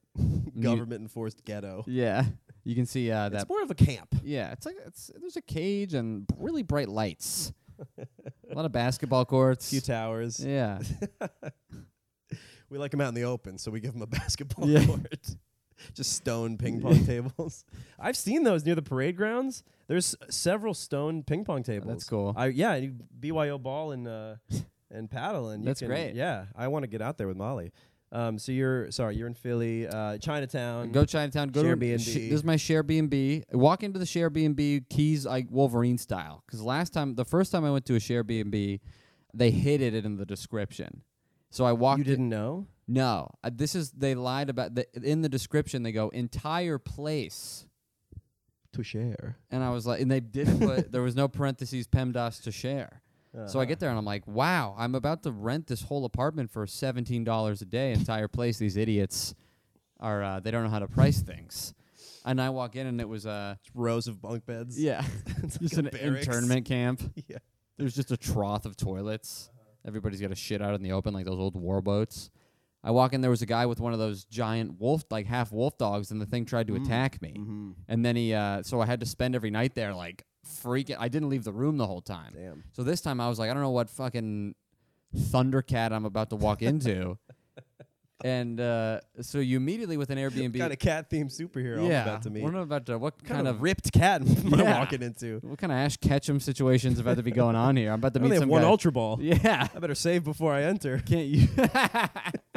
government enforced ghetto.
yeah. You can see uh, that.
It's more of a camp.
yeah, it's like it's there's a cage and really bright lights. a lot of basketball courts.
Few towers.
Yeah.
We like them out in the open, so we give them a basketball
Yeah.
court. Just stone ping pong tables. I've seen those near the parade grounds. There's several stone ping pong tables.
cool.
I yeah, you BYO ball and uh, and paddle and you
That's
can-
great.
Yeah, I want to get out there with Molly. Um, so you're sorry, you're in Philly, uh, Chinatown.
Go Chinatown. Go
Share
to
B&B.
sh- this is my share B and B. Walk into the share B and B keys like Wolverine style. Because last time, the first time I went to a share B and B, they hated it in the description. So I walked.
you
in-
didn't know?
No, uh, this is they lied about the in the description. They go entire place,
To share.
and I was like, and they didn't put there was no parentheses PEMDAS to share. So I
Uh-huh.
get there and I'm like, wow, I'm about to rent this whole apartment for seventeen dollars a day. Entire place. These idiots are uh, they don't know how to price things. And I walk in and it was uh,
rows of bunk beds.
yeah,
It's
just
like
an
a barracks.
internment camp.
Yeah.
There's just a trough of toilets. Everybody's got to shit out in the open like those old war boats. I walk in, there was a guy with one of those giant wolf, like half wolf dogs, and the thing tried to
Mm.
attack me.
Mm-hmm.
And then he, uh, so I had to spend every night there, like freaking. I didn't leave the room the whole time.
Damn.
So this time I was like, I don't know what fucking Thundercat I'm about to walk into. and uh, so you immediately with an Airbnb.
Kind of cat themed superhero
yeah,
I'm about to meet.
What about to, what
kind, of,
of
ripped cat am I
Yeah.
walking into?
what kind of Ash Ketchum situations about to be going on here? I'm about to
I only
meet
have
some
one
guy.
ultra ball.
Yeah,
I better save before I enter.
can't you?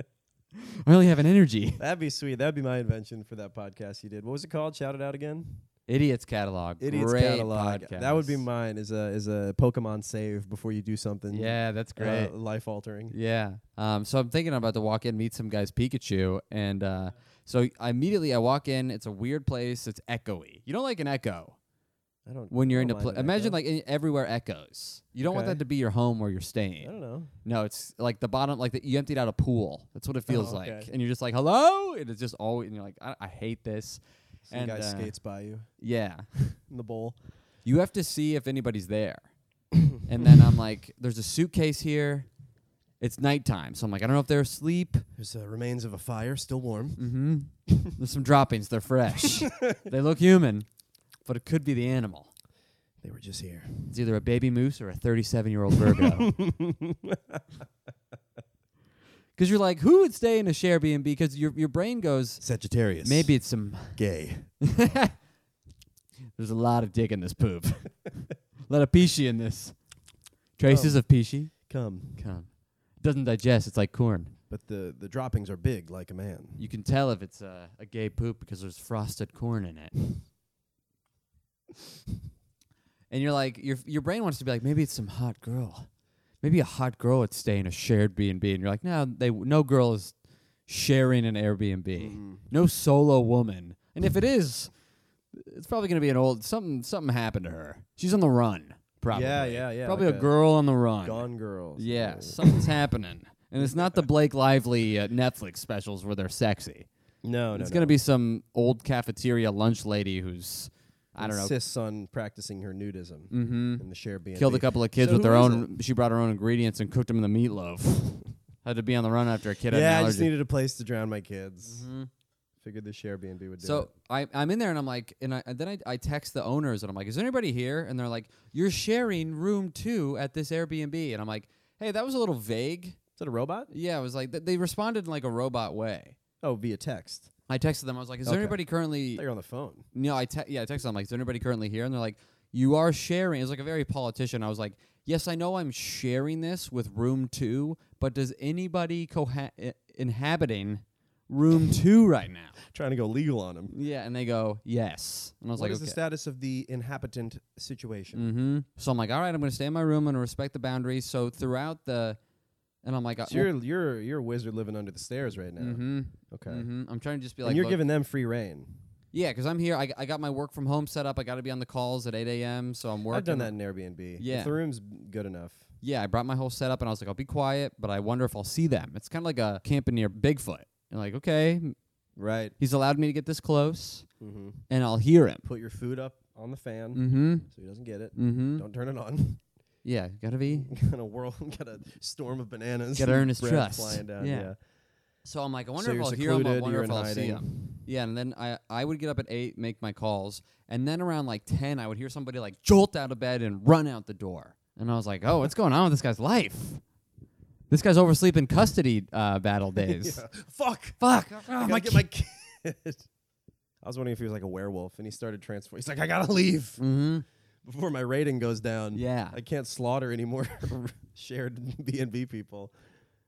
I only have an energy.
That'd be sweet. That'd be my invention for that podcast you did. What was it called? Shout it out again.
Idiots catalog.
Idiots
Great
catalog.
podcast.
That would be mine. Is a is a Pokemon save before you do something. uh,
Yeah, that's great.
life altering.
Yeah. Um, so I'm thinking I'm about to walk in, meet some guy's Pikachu, and uh, so I immediately I walk in. It's a weird place. It's echoey. You don't like an echo
I don't.
when you're
I
in a
don't
place.
mind an
Imagine
echo.
like in, everywhere echoes. You don't want
Okay. Oh.
that to be your home where you're
I
staying.
don't know.
No, it's like the bottom, like the, you emptied out a pool. That's what it feels
Oh, okay.
like, and you're just like, hello, and it's just always, and you're like, I, I hate this.
Some
And,
guy
uh,
skates by you
Yeah.
in the bowl.
You have to see if anybody's there. and then I'm like, there's a suitcase here. It's nighttime. So I'm like, I don't know if they're asleep.
There's uh, remains of a fire, still warm.
Mm-hmm. there's some droppings. They're fresh. they look human, but it could be the animal.
They were just here.
It's either a baby moose or a 37 year old Virgo. Because you're like, who would stay in a share B&B? Because your, your brain goes,
Sagittarius.
maybe it's some,
gay.
there's a lot of dick in this poop. a lot of peachy in this. Traces of peachy.
Come,
Come. Doesn't digest. It's like corn.
but the the droppings are big, like a man.
You can tell if it's a, a gay poop because there's frosted corn in it. and you're like, your your brain wants to be like, maybe it's some hot girl, maybe a hot girl would stay in a shared B and B, and you're like, no, they no girl is sharing an Airbnb,
Mm-hmm.
no solo woman, and if it is, it's probably gonna be an old something. Something happened to her. She's on the run, probably.
yeah, yeah,
Probably
like
a
a
girl on the run.
Gone girls.
Yeah, something's happening. And it's not the Blake Lively uh, Netflix specials where they're sexy.
No, no.
it's
no.
gonna be some old cafeteria lunch lady who's I don't know
Insists on practicing her nudism
mm-hmm,
in the share B.
killed a couple of kids
So
with her
who is
own. She brought her own ingredients and cooked them in the meatloaf. Had to be on the run after a kid had an
Yeah, I
allergy.
just needed a place to drown my kids. Figured the share B and B would do it.
Mm-hmm. So I, I'm in there and I'm like, and, I, and then I, I text the owners and I'm like, is there anybody here? And they're like, you're sharing room two at this Airbnb. And I'm like, hey, that was a little vague.
Is that a robot?
Yeah, it was like, th- they responded in like a robot way.
Oh, via text.
I texted them. I was like, is there
Okay.
anybody currently?
They're on the phone.
No, I te- yeah, I texted them like, is there anybody currently here? And they're like, you are sharing. It was like a very politician. I was like, yes, I know I'm sharing this with room two, but does anybody coha- i- inhabiting room two right now?
Trying to go legal on them.
Yeah, and they go, yes. And I was
What
like,
is
okay.
the status of the inhabitant situation?
Mm-hmm. So I'm like, all right, I'm going to stay in my room. I'm going to respect the boundaries. So throughout the, and I'm like, "Uh,
So you're you're you're a wizard living under the stairs right now.
mm-hmm,
Okay.
mm-hmm. I'm trying to just be like,
and you're
look-
giving them free reign.
yeah, because I'm here. I, I got my work from home set up. I got to be on the calls at 8 a.m. So I'm working.
I've done that in Airbnb.
Yeah.
If the room's good enough.
Yeah, I brought my whole setup, and I was like, I'll be quiet, but I wonder if I'll see them. It's kind of like a camping near Bigfoot. And like, okay,
Right.
he's allowed me to get this close,
Mm-hmm.
and I'll hear him.
Put your food up on the fan
Mm-hmm.
so he doesn't get it.
Mm-hmm.
Don't turn it on.
Yeah, gotta be
got a whirl. Got a storm of bananas.
Gotta
and
earn his
bread
trust.
Flying down.
Yeah.
Yeah.
So I'm like, I wonder
So
if I'll hear
you're
'em,
secluded,
I wonder
you're
if
in
I'll see
hiding.
him. Yeah, and then I, I would get up at eight, make my calls, and then around like ten, I would hear somebody like jolt out of bed and run out the door, and I was like, oh, what's going on with this guy's life? This guy's oversleeping custody uh, battle days.
Fuck.
Fuck!
I
Oh,
gotta
my
get my kid. I was wondering if he was like a werewolf, and he started transforming. He's like, I gotta leave
hmm
before my rating goes down.
Yeah.
I can't slaughter any more shared B and B people.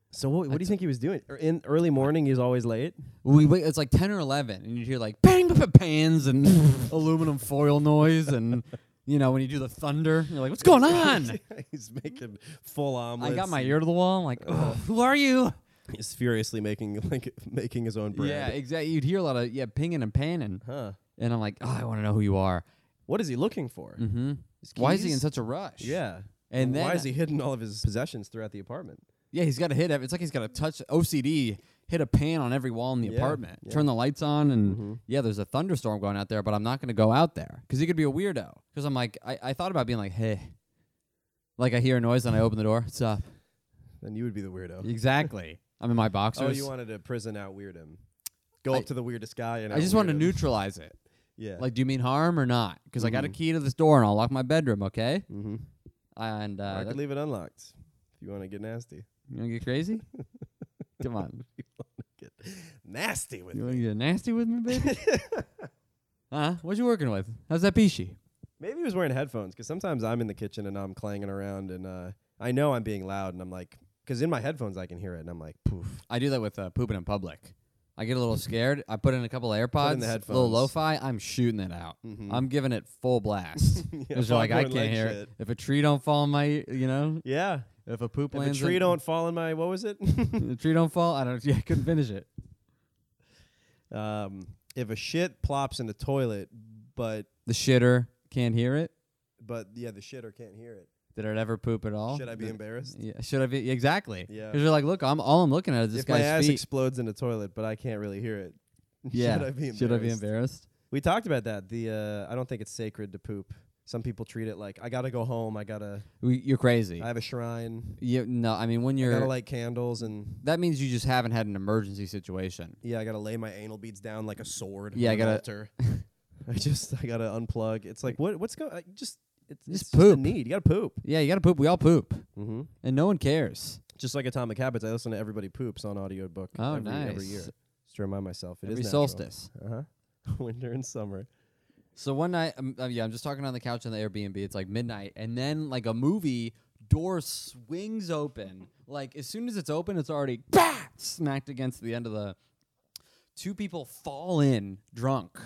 So what, what do you think he was doing? Er, In early morning, he's always late.
We wait, it's like ten or eleven, and you hear like bang, bang, bang, pans and aluminum foil noise, and you know when you do the thunder, you're like, what's going on?
he's making full
I
omelets.
got my
and
ear to the wall. I'm like, "Ugh, who are you?
He's furiously making like making his own bread.
Yeah, exactly. You'd hear a lot of yeah pinging and panning,
Huh.
and I'm like, oh, I want to know who you are.
What is he looking for?
Mm-hmm.
His
Why is he in
keys?
such a rush?
Yeah.
And then
why is he hidden all of his possessions throughout the apartment?
Yeah, he's got to hit. Every, it's like he's got to touch OCD, hit a pan on every wall in the
Yeah,
apartment,
yeah.
turn the lights on, and
Mhm.
yeah, there's a thunderstorm going out there, but I'm not going to go out there because he could be a weirdo. Because I'm like, I, I thought about being like, hey, like I hear a noise and I open the door. It's up.
Then you would be the weirdo.
Exactly. I'm in my boxers.
Oh, you wanted to prison out weird him. Go
I-
up to the weirdest guy and
I just
want
wanted to neutralize it.
Yeah.
Like, do you mean harm or not? Because I got a
Mhm.
key to this door and I'll lock my bedroom. Okay.
mm-hmm.
And
or
uh,
I could leave it unlocked if you want to get nasty.
You wanna get crazy? Come on.
Get nasty with
You
me.
wanna get nasty with me, baby? huh? What you working with? How's that peachy?
Maybe he was wearing headphones because sometimes I'm in the kitchen and I'm clanging around and uh, I know I'm being loud and I'm like, because in my headphones I can hear it and I'm like, poof.
I do that with uh, pooping in public. I get a little scared. I put in a couple of AirPods, a
the
little
headphones.
lo-fi. I'm shooting it out.
Mhm.
I'm giving it full blast.
Yeah,
It's like
I'm
I
going
can't
like
hear
shit.
it. If a tree don't fall in my, ear, you know,
Yeah.
if a poop
If a
lands,
tree
in-
don't fall in my, what was it?
the tree don't fall. I don't. Yeah, I couldn't finish it.
um, if a shit plops in the toilet, but
The shitter can't hear it.
but yeah, the shitter can't hear it.
Did it ever poop at all?
Should I be embarrassed?
Yeah, should I be exactly?
Yeah.
Because you're like, look, I'm all I'm looking at is this
if my
guy's
ass
feet.
explodes in the toilet, but I can't really hear it.
yeah.
should I be embarrassed?
Should I be embarrassed?
We talked about that. The uh, I don't think it's sacred to poop. Some people treat it like I gotta go home. I gotta.
We, you're crazy.
I have a shrine.
you, no, I mean when
I
you're
gotta light candles and
that means you just haven't had an emergency situation.
yeah, I gotta lay my anal beads down like a sword.
Yeah, I
on an
gotta-
Altar. I just I gotta unplug. It's like what what's going? Just it's
Just
it's a
poop.
need. You gotta poop.
Yeah, you gotta poop. We all poop,
Mm-hmm.
and no one cares.
Just like Atomic Habits, I listen to Everybody Poops on audiobook
Oh,
every, every
nice.
year. Just to remind myself, it is
Every
natural.
solstice.
Uh huh. Winter and summer.
So one night, um, uh, yeah, I'm just talking on the couch in the Airbnb. It's like midnight, and then like a movie door swings open. Like as soon as it's open, it's already bah! smacked against the end of the. Two people fall in drunk.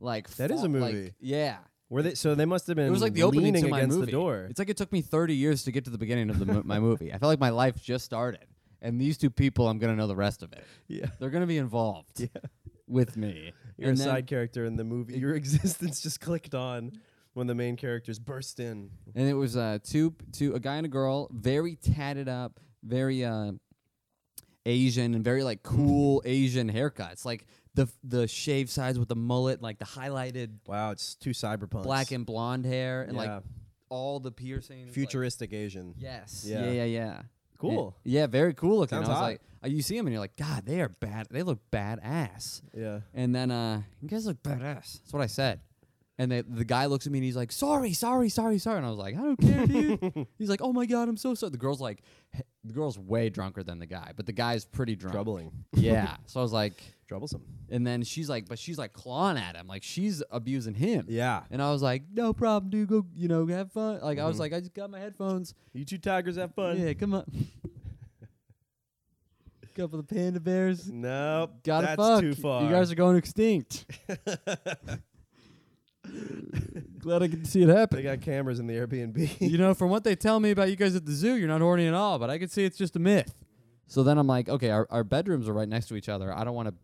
Like
Oh. That is a
fall- like-
movie.
yeah.
Were they? So they must have been.
It was like the opening
leaning
to my
against
movie.
the door.
It's like it took me 30 years to get to the beginning of the, mo- my movie. I felt like my life just started, and these two people, I'm gonna know the rest of it.
yeah.
They're gonna be involved with me.
You're
And
a
then-
side character in the movie. Your existence just clicked on when the main characters burst in.
and it was uh, two two a guy and a girl, very tatted up, very uh, Asian and very like cool Asian haircuts, like the the shaved sides with the mullet, like the highlighted
Wow, it's too cyberpunk.
black and blonde hair, and
Yeah.
like all the piercings. like-
futuristic Asian.
yes.
Yeah.
Yeah. Yeah. Yeah.
Cool.
Yeah, yeah, very cool looking.
Sounds
I was
hot.
like, uh, you see them and you're like, God, they are bad. They look badass.
Yeah.
And then uh, you guys look badass. That's what I said. And the, the guy looks at me and he's like, sorry, sorry, sorry, sorry. And I was like, I don't care, dude. he's like, oh my God, I'm so sorry. The girl's like, h- the girl's way drunker than the guy, but the guy's pretty drunk.
Troubling.
Yeah. so I was like,
Troublesome.
and then she's like, but she's like clawing at him. Like she's abusing him.
Yeah.
And I was like, no problem, dude. Go, you know, have fun. Like
Mm-hmm.
I was like, I just got my headphones.
You two tigers have fun.
Yeah, come on. Couple of panda bears.
Nope.
Gotta
that's
fuck.
too far.
You guys are going extinct. Glad I could see it happen.
They got cameras in the Airbnb.
You know, from what they tell me about you guys at the zoo, you're not horny at all, but I could see it's just a myth. So then I'm like, okay, our, our bedrooms are right next to each other. I don't want to.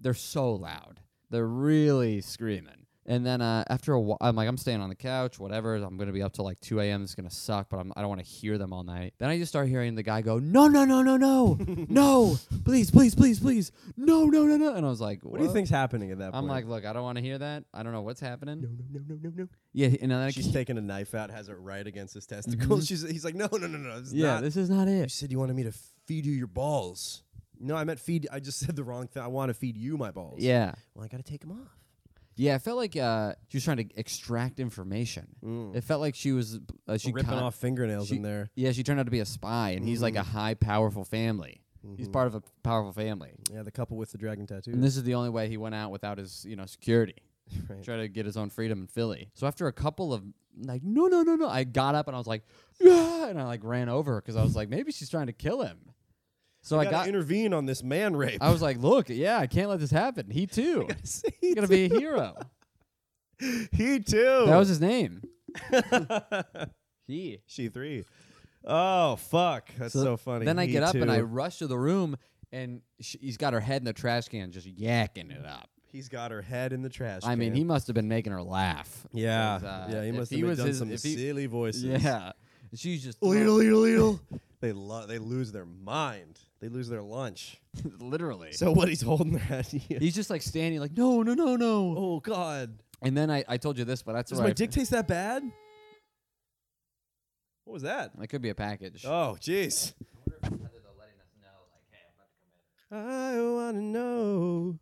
They're so loud. They're really screaming. And then uh, after a while, I'm like, I'm staying on the couch, whatever. I'm going to be up till like 2 a.m. It's going to suck, but I'm, I don't want to hear them all night. Then I just start hearing the guy go, no, no, no, no, no, no, please, please, please, please, no, no, no, no. And I was like,
what do you
"What?"
think's happening at that
I'm
point?
like, look, I don't want to hear that. I don't know what's happening.
no, no, no, no, no, no.
Yeah, and then I
She's taking a knife out, has it right against his testicles. She's, he's like, no, no, no, no. It's
yeah,
not.
this is not
you
it.
said you wanted me to feed you your balls. No, I meant feed. I just said the wrong thing. I want to feed you my balls.
Yeah.
Well, I got to take them off.
Yeah, it felt like uh, she was trying to extract information. It felt like she was uh, she
Ripping
con-
off fingernails
she-
in there.
Yeah, she turned out to be a spy, and he's like a high, powerful family. He's part of a powerful family,
Yeah, the couple with the dragon tattoo.
and this is the only way he went out without his, you know, security.
Right.
Try to get his own freedom in Philly. So after a couple of like, no, no, no, no, I got up and I was like, yeah, and I like ran over because I was like, maybe she's trying to kill him. So I
gotta
got,
intervene on this man rape.
I was like, look, yeah, I can't let this happen. He too, he's gonna be a hero.
he too.
That was his name. he.
she three. Oh fuck, that's so, funny.
Then I
He
get up and
too.
I rush to the room, and sh he's got her head in the trash can, just yakking it up.
He's got her head in the trash.
I mean,
can.
he must have been making her laugh.
Yeah,
'cause, uh,
yeah. He
if
must
he
have
was
done
his-
some
if he-
silly voices.
Yeah, she's just
Leetle, leetle, leetle. They lo- they lose their mind. They lose their lunch.
literally.
So what? He's holding her head. Yeah.
He's just like standing, like no, no, no, no.
oh God.
And then I, I told you this, but that's
Does
where
my
I-
dick taste that bad? What was that?
It could be a package.
Oh, jeez. I want to know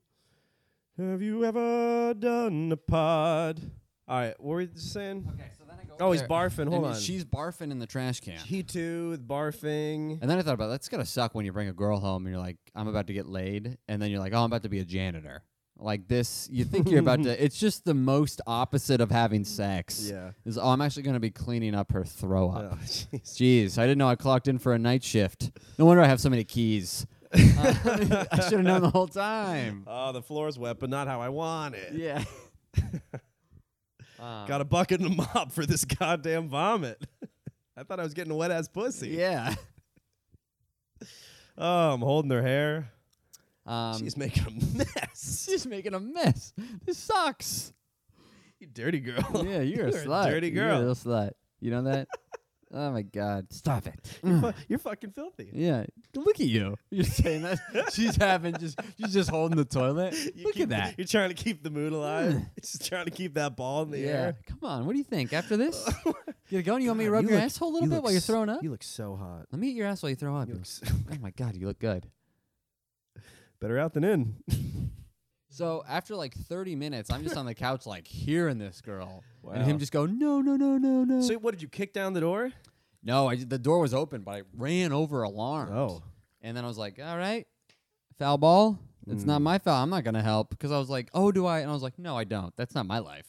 Have you ever done a pod? All right, what were you just saying?
Okay, so then I go.
Oh, he's barfing. Hold
and
on.
She's barfing in the trash can.
he too with barfing.
And then I thought about that's gonna suck when you bring a girl home and you're like, I'm about to get laid, and then you're like, oh, I'm about to be a janitor. Like this, you think you're about to. It's just the most opposite of having sex.
Yeah.
Is oh, I'm actually gonna be cleaning up her throw
Oh,
up.
jeez.
Jeez, I didn't know I clocked in for a night shift. No wonder I have so many keys. Uh, I should have known the whole time.
Oh, the floor's wet, but not how I want it.
Yeah. Um,
Got a bucket and a mop for this goddamn vomit. I thought I was getting a wet ass pussy.
yeah.
Oh, I'm holding her hair.
Um,
She's making a mess.
she's making a mess. This sucks.
you dirty girl.
Yeah, you're a
You're a
slut.
dirty
You're
girl.
a real slut. You know that? oh my god. Stop it.
You're, fu- you're fucking filthy.
Yeah. Look at you. You're saying that she's having just she's just holding the toilet.
You
Look
keep
at
the-
that.
You're trying to keep the mood alive. It's just trying to keep that ball in the
Yeah.
air.
Come on. What do you think? After this? You're going, you want me to rub
you
your
look-
asshole a little bit while you're throwing up?
You look so hot.
Let me eat your ass while you throw up.
You look s-
oh my god, you look good.
better out than in.
So after like 30 minutes, I'm just on the couch like hearing this girl and
Wow.
him just go no no no no no.
so what did you kick down the door?
no, I, the door was open, but I ran over alarmed.
Oh.
And then I was like, all right, foul ball. It's
Mm.
not my foul. I'm not going to help. Because I was like, oh, do I? And I was like, no, I don't. That's not my life.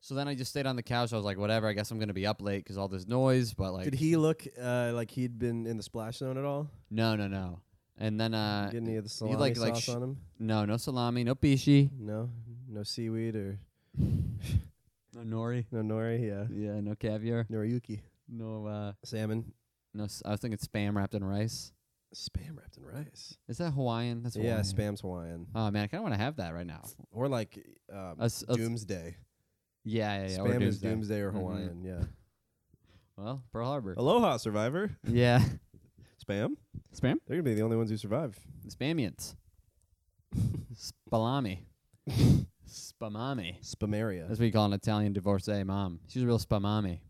So then I just stayed on the couch. I was like, whatever. I guess I'm going to be up late because all this noise. But like,
Did he look uh, like he'd been in the splash zone at all?
no, no, no. And then, uh,
Get any of the
he,
salami
like,
sauce
sh-
on him?
no, no salami, no bishi,
No, no seaweed or
no nori.
no nori. Yeah,
Yeah, no caviar,
noriyuki
no, uh,
salmon,
no. s- I was thinking spam wrapped in rice.
spam wrapped in rice.
Is that Hawaiian? That's Hawaiian.
yeah, spam's Hawaiian
Oh man, I kind of want to have that right now.
or like um,
A s- a s-
doomsday.
Yeah, yeah, yeah. or
spam is
doomsday.
doomsday or
Mhm.
Hawaiian. Yeah. Oh.
Well, Pearl Harbor.
Aloha, survivor.
Yeah.
Spam?
Spam?
They're gonna be the only ones who survive.
Spamians. Spalami. Spamami.
Spamaria.
That's what you call an Italian divorcee mom. She's a real spamami.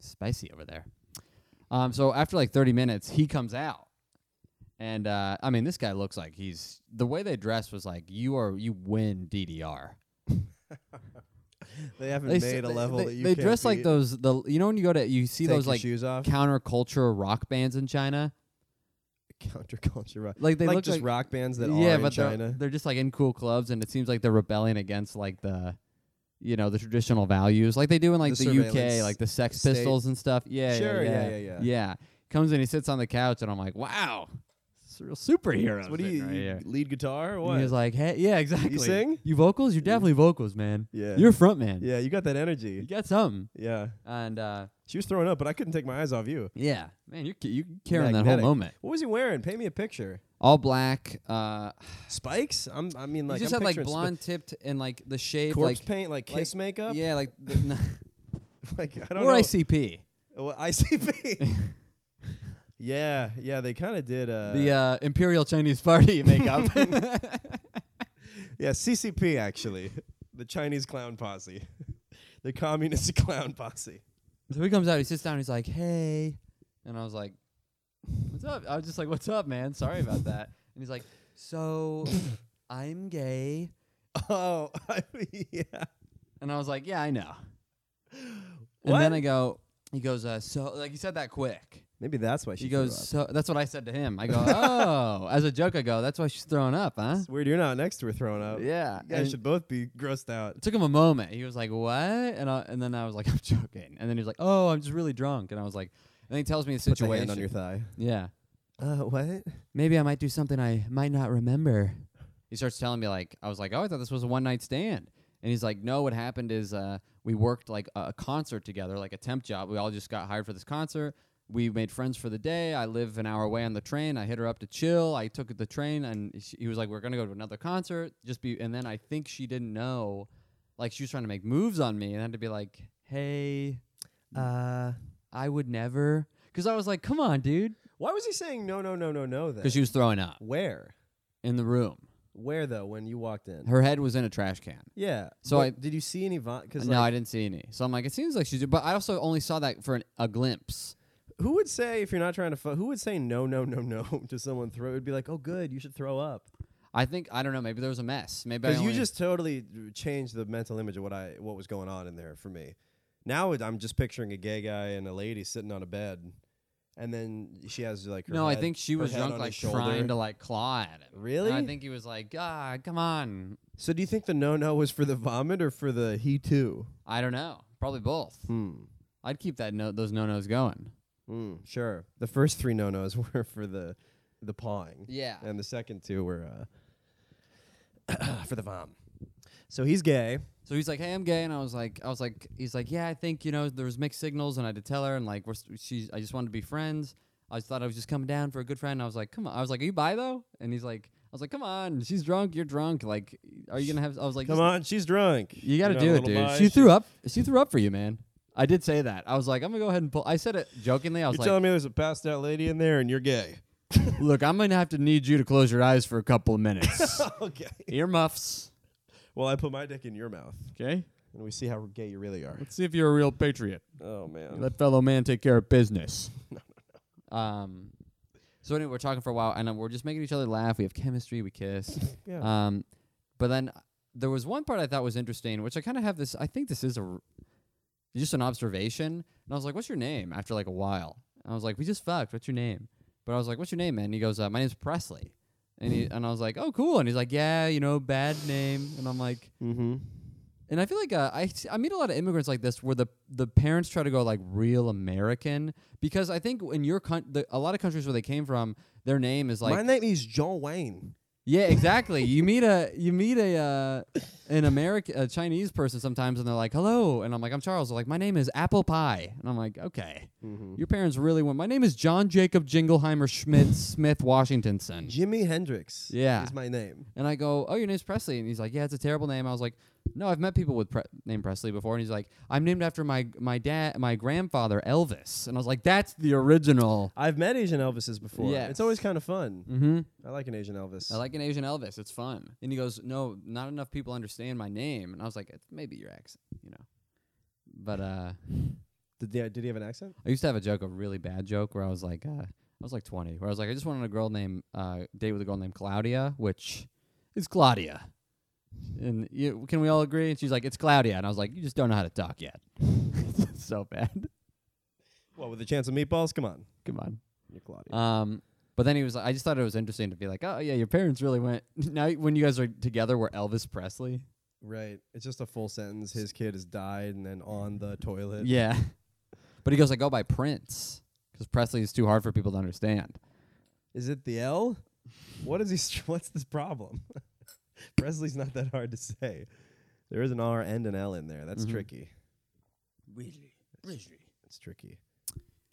Spicy over there. Um, so after like 30 minutes, he comes out. And uh, I mean, this guy looks like he's the way they dress was like you are you win DDR.
They haven't
They s-
made a
they-
level
they,
that you
they
can't
dress like
beat.
those the you know when you go to you see
Take
those
your
like
shoes off.
counterculture rock bands in China
counterculture rock.
like they
like
look
just
like
rock bands that
yeah,
are
but
in
they're-
China.
They're, just like in cool clubs, and it seems like they're rebelling against like the, you know, the traditional values, like they do in like
The
the, UK,
surveillance
like the Sex
state.
Pistols and stuff. Yeah,
Sure,
yeah,
yeah,
yeah,
yeah, yeah.
Comes in, he sits on the couch, and I'm like, wow, this is a real superhero.
what do you,
right
you
here.
lead guitar or what?
And he's like, hey, yeah, exactly.
sing?
You vocals? You're definitely vocals, man.
yeah.
You're a front man.
yeah, you got that energy.
You got something.
Yeah.
And uh,
She was throwing up, but I couldn't take my eyes off you.
yeah, man, you're ca- you carrying that
Magnetic.
whole moment.
What was he wearing? Paint me a picture.
All black. Uh,
Spikes? I'm, I mean, like
he just
I'm
had like
picturing sp-
blonde tipped and like the shave,
corpse
like
paint, like kiss makeup.
yeah, like the,
Like I don't
or
know.
ICP.
Well, ICP. yeah, yeah, they kind of did. Uh,
the uh, Imperial Chinese Party makeup.
yeah, CCP actually, the Chinese clown posse, the communist clown posse.
so he comes out, he sits down, he's like, "Hey," and I was like, "What's up?" I was just like, "What's up, man? Sorry about that." And he's like, "So, I'm gay,"
Oh, I mean, yeah.
and I was like, "Yeah, I know."
What?
And then I go, he goes, uh, "So," like he said that quick.
Maybe that's why she
She goes,
threw up.
"So," that's what I said to him. I go, "Oh," as a joke. I go, "That's why she's throwing up, huh?"
It's weird. You're not next to her throwing up.
Yeah,
you guys
and-
should both be grossed out.
it took him a moment. He was like, "What?" And I, and then I was like, "I'm joking." And then he was like, "Oh, I'm just really drunk." And I was like, and he tells me the
Put the
situation.
hand on your thigh.
yeah,
Uh, what?
maybe I might do something I might not remember. He starts telling me like, I was like, "Oh, I thought this was a one night stand." And he's like, "No, what happened is uh, we worked like a, a concert together, like a temp job. We all just got hired for this concert." We made friends for the day. I live an hour away on the train. I hit her up to chill. I took the train, and she, he was like, "We're gonna go to another concert." Just be, and then I think she didn't know like she was trying to make moves on me and had to be like, "Hey,
Uh,
I would never," because I was like, "Come on, dude,"
why was he saying no, no, no, no, no? Then
because she was throwing up
where,
in the room.
where though? When you walked in?
Her head was in a trash can.
yeah.
So
but
I-
did you see any? Because
no, I didn't see any. So I'm like, it seems like she's, but I also only saw that for an, a glimpse.
Who would say if you're not trying to fuck? Who would say no, no, no, no to someone throw? It'd be like, oh, good, you should throw up.
I think I don't know. Maybe there was a mess. Maybe I
Because you
only-
just totally changed the mental image of what I what was going on in there for me. Now it- I'm just picturing a gay guy and a lady sitting on a bed, and then she has like her
no. I
head-
think she
her
was
head
drunk,
on
like
his shoulder.
trying to like claw at him.
Really?
And I think he was like, God, come on.
So do you think the no no was for the vomit or for the he too?
I don't know. Probably both.
Hmm.
I'd keep that no those no nos going.
Hmm. Sure. The first three no nos were for the the pawing.
Yeah.
and the second two were uh, for the vom. So he's gay.
So he's like, "Hey, I'm gay," and I was like, "I was like," he's like, "Yeah, I think you know there was mixed signals, and I had to tell her, and like, we're s- she's, I just wanted to be friends. I just thought I was just coming down for a good friend. And I was like, come on. I was like, are you bi though? And he's like, I was like, come on. She's drunk. You're drunk. Like, are you gonna have? I was like,
Come
"Just-
on, she's drunk.
you gotta
know,
do it,
little
dude.
bi,
she threw up. She threw up for you, man. I did say that. I was like, I'm gonna go ahead and pull. I said it jokingly. I
You're
was like,
telling me there's a passed out lady in there and you're gay.
look, I'm gonna have to need you to close your eyes for a couple of minutes.
okay.
Earmuffs.
Well, I put my dick in your mouth
Okay.
and we see how gay you really are.
Let's see if you're a real patriot.
Oh man.
Let fellow man take care of business. Um, so anyway, we're talking for a while, and uh, we're just making each other laugh. We have chemistry. We kiss.
Yeah.
Um, but then uh, there was one part I thought was interesting, which I kind of have this. I think this is a r- just an observation, and I was like, "What's your name?" After like a while, and I was like, "We just fucked. What's your name?" But I was like, "What's your name, man?" And he goes, uh, "My name's Presley," and he, and I was like, "Oh, cool." And he's like, "Yeah, you know, bad name," and I'm like.
mm-hmm.
And I feel like uh, I s- I meet a lot of immigrants like this where the the parents try to go like real American because I think in your coun- the, a lot of countries where they came from their name is like
my name is John Wayne.
yeah exactly you meet a you meet a uh, an American a Chinese person sometimes and they're like hello and I'm like I'm Charles they're like my name is Apple Pie and I'm like okay your parents really want my name is John Jacob Jingleheimer Schmidt Smith Washingtonson
Jimi Hendrix.
Yeah.
Is my name.
and I go, "Oh, your name's Presley," and he's like, "Yeah, it's a terrible name." I was like, No, I've met people with pre- named Presley before, and he's like, I'm named after my my dad, my grandfather Elvis, and I was like, that's the original.
I've met Asian Elvises before.
Yes.
It's always kind of fun.
Mm-hmm.
I like an Asian Elvis.
I like an Asian Elvis. It's fun. And he goes, No, not enough people understand my name. And I was like, it's Maybe your accent, you know. But uh,
Did, they, did he have an accent?
I used to have a joke, a really bad joke, where I was like, uh, I was like 20, where I was like, I just wanted a girl named uh, date with a girl named Claudia, which is Claudia. And you, can we all agree? And she's like, it's Claudia. And I was like, you just don't know how to talk yet. so bad.
Well, with a chance of meatballs, come on.
Come on.
You're Claudia.
Um, but then he was. I just thought it was interesting to be like, oh yeah, your parents really went. Now when you guys are together, we're Elvis Presley.
right. It's just a full sentence. His kid has died and then on the toilet.
Yeah. But he goes, I go by Prince because Presley is too hard for people to understand.
Is it the L? What is he? Str- what's this problem? Presley's not that hard to say. There is an R and an L in there. That's
Mm-hmm.
tricky. It's tricky.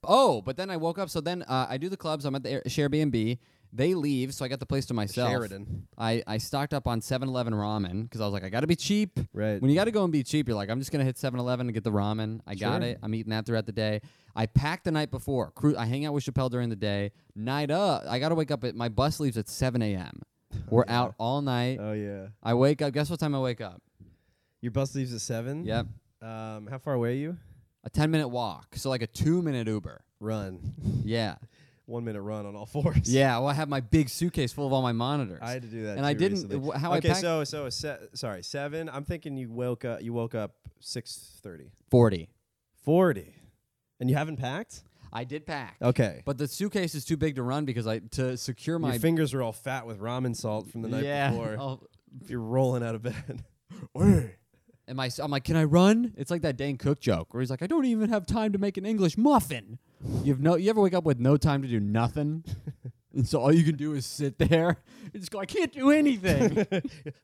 Oh, but then I woke up. So then uh, I do the clubs. I'm at the Air- Airbnb. They leave, so I got the place to myself.
Sheridan.
I, I stocked up on 7-Eleven ramen because I was like, I got to be cheap.
Right.
When you got to go and be cheap, you're like, I'm just going to hit 7-Eleven and get the ramen. I got
Sure.
it. I'm eating that throughout the day. I pack the night before. Cru- I hang out with Chappelle during the day. Night up, I got to wake up. At, my bus leaves at 7 a.m. We're out all night.
Oh yeah.
I wake up. Guess what time I wake up?
Your bus leaves at seven.
Yep.
Um, how far away are you?
A 10 minute walk. So like a two minute Uber.
Run.
Yeah.
One minute run on all fours.
Yeah. Well, I have my big suitcase full of all my monitors.
I had to do that.
And I
too
didn't-
recently.
wh- how I
okay,
packed-
so so se- sorry, seven. I'm thinking you woke up. You woke up six thirty.
40.
Forty, and you haven't packed.
I did pack.
Okay.
But the suitcase is too big to run because I to secure my
Your fingers were all fat with ramen salt from the night
yeah. Oh.
before.
I'll-
You're rolling out of bed.
and my I'm like, can I run? It's like that Dane Cook joke where he's like, I don't even have time to make an English muffin. You have no. You ever wake up with no time to do nothing, and so all you can do is sit there and just go, I can't do anything.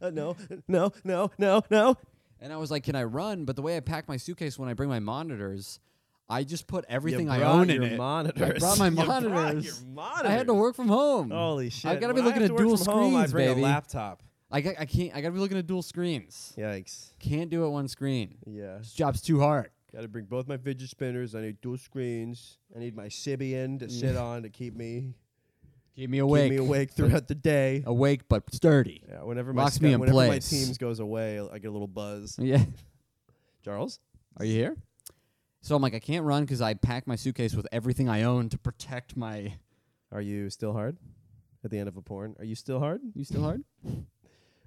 Uh, no, no, no, no, no.
and I was like, can I run? But the way I pack my suitcase when I bring my monitors, I just put everything I
brought
own in
your
it.
Monitors.
I brought my
You brought your
monitors.
monitors.
I had to work from home.
Holy shit!
I gotta
When
be looking
have
at
to work
dual
from home, I
screens,
bring
baby.
A laptop.
I, got, I can't. I gotta be looking at dual screens.
Yikes.
Can't do it one screen.
Yeah.
This job's too hard.
Gotta bring both my fidget spinners. I need dual screens. I need my Sibian to sit on to keep me
Keep me awake.
keep me awake throughout the day.
Awake, but sturdy.
Yeah, whenever my
Locks
sc-
me in
whenever my
place.
teams goes away, I get a little buzz.
Yeah.
Charles,
Are you here? So I'm like, I can't run because I packed my suitcase with everything I own to protect my.
are you still hard? At the end of a porn, are you still hard?
You still hard?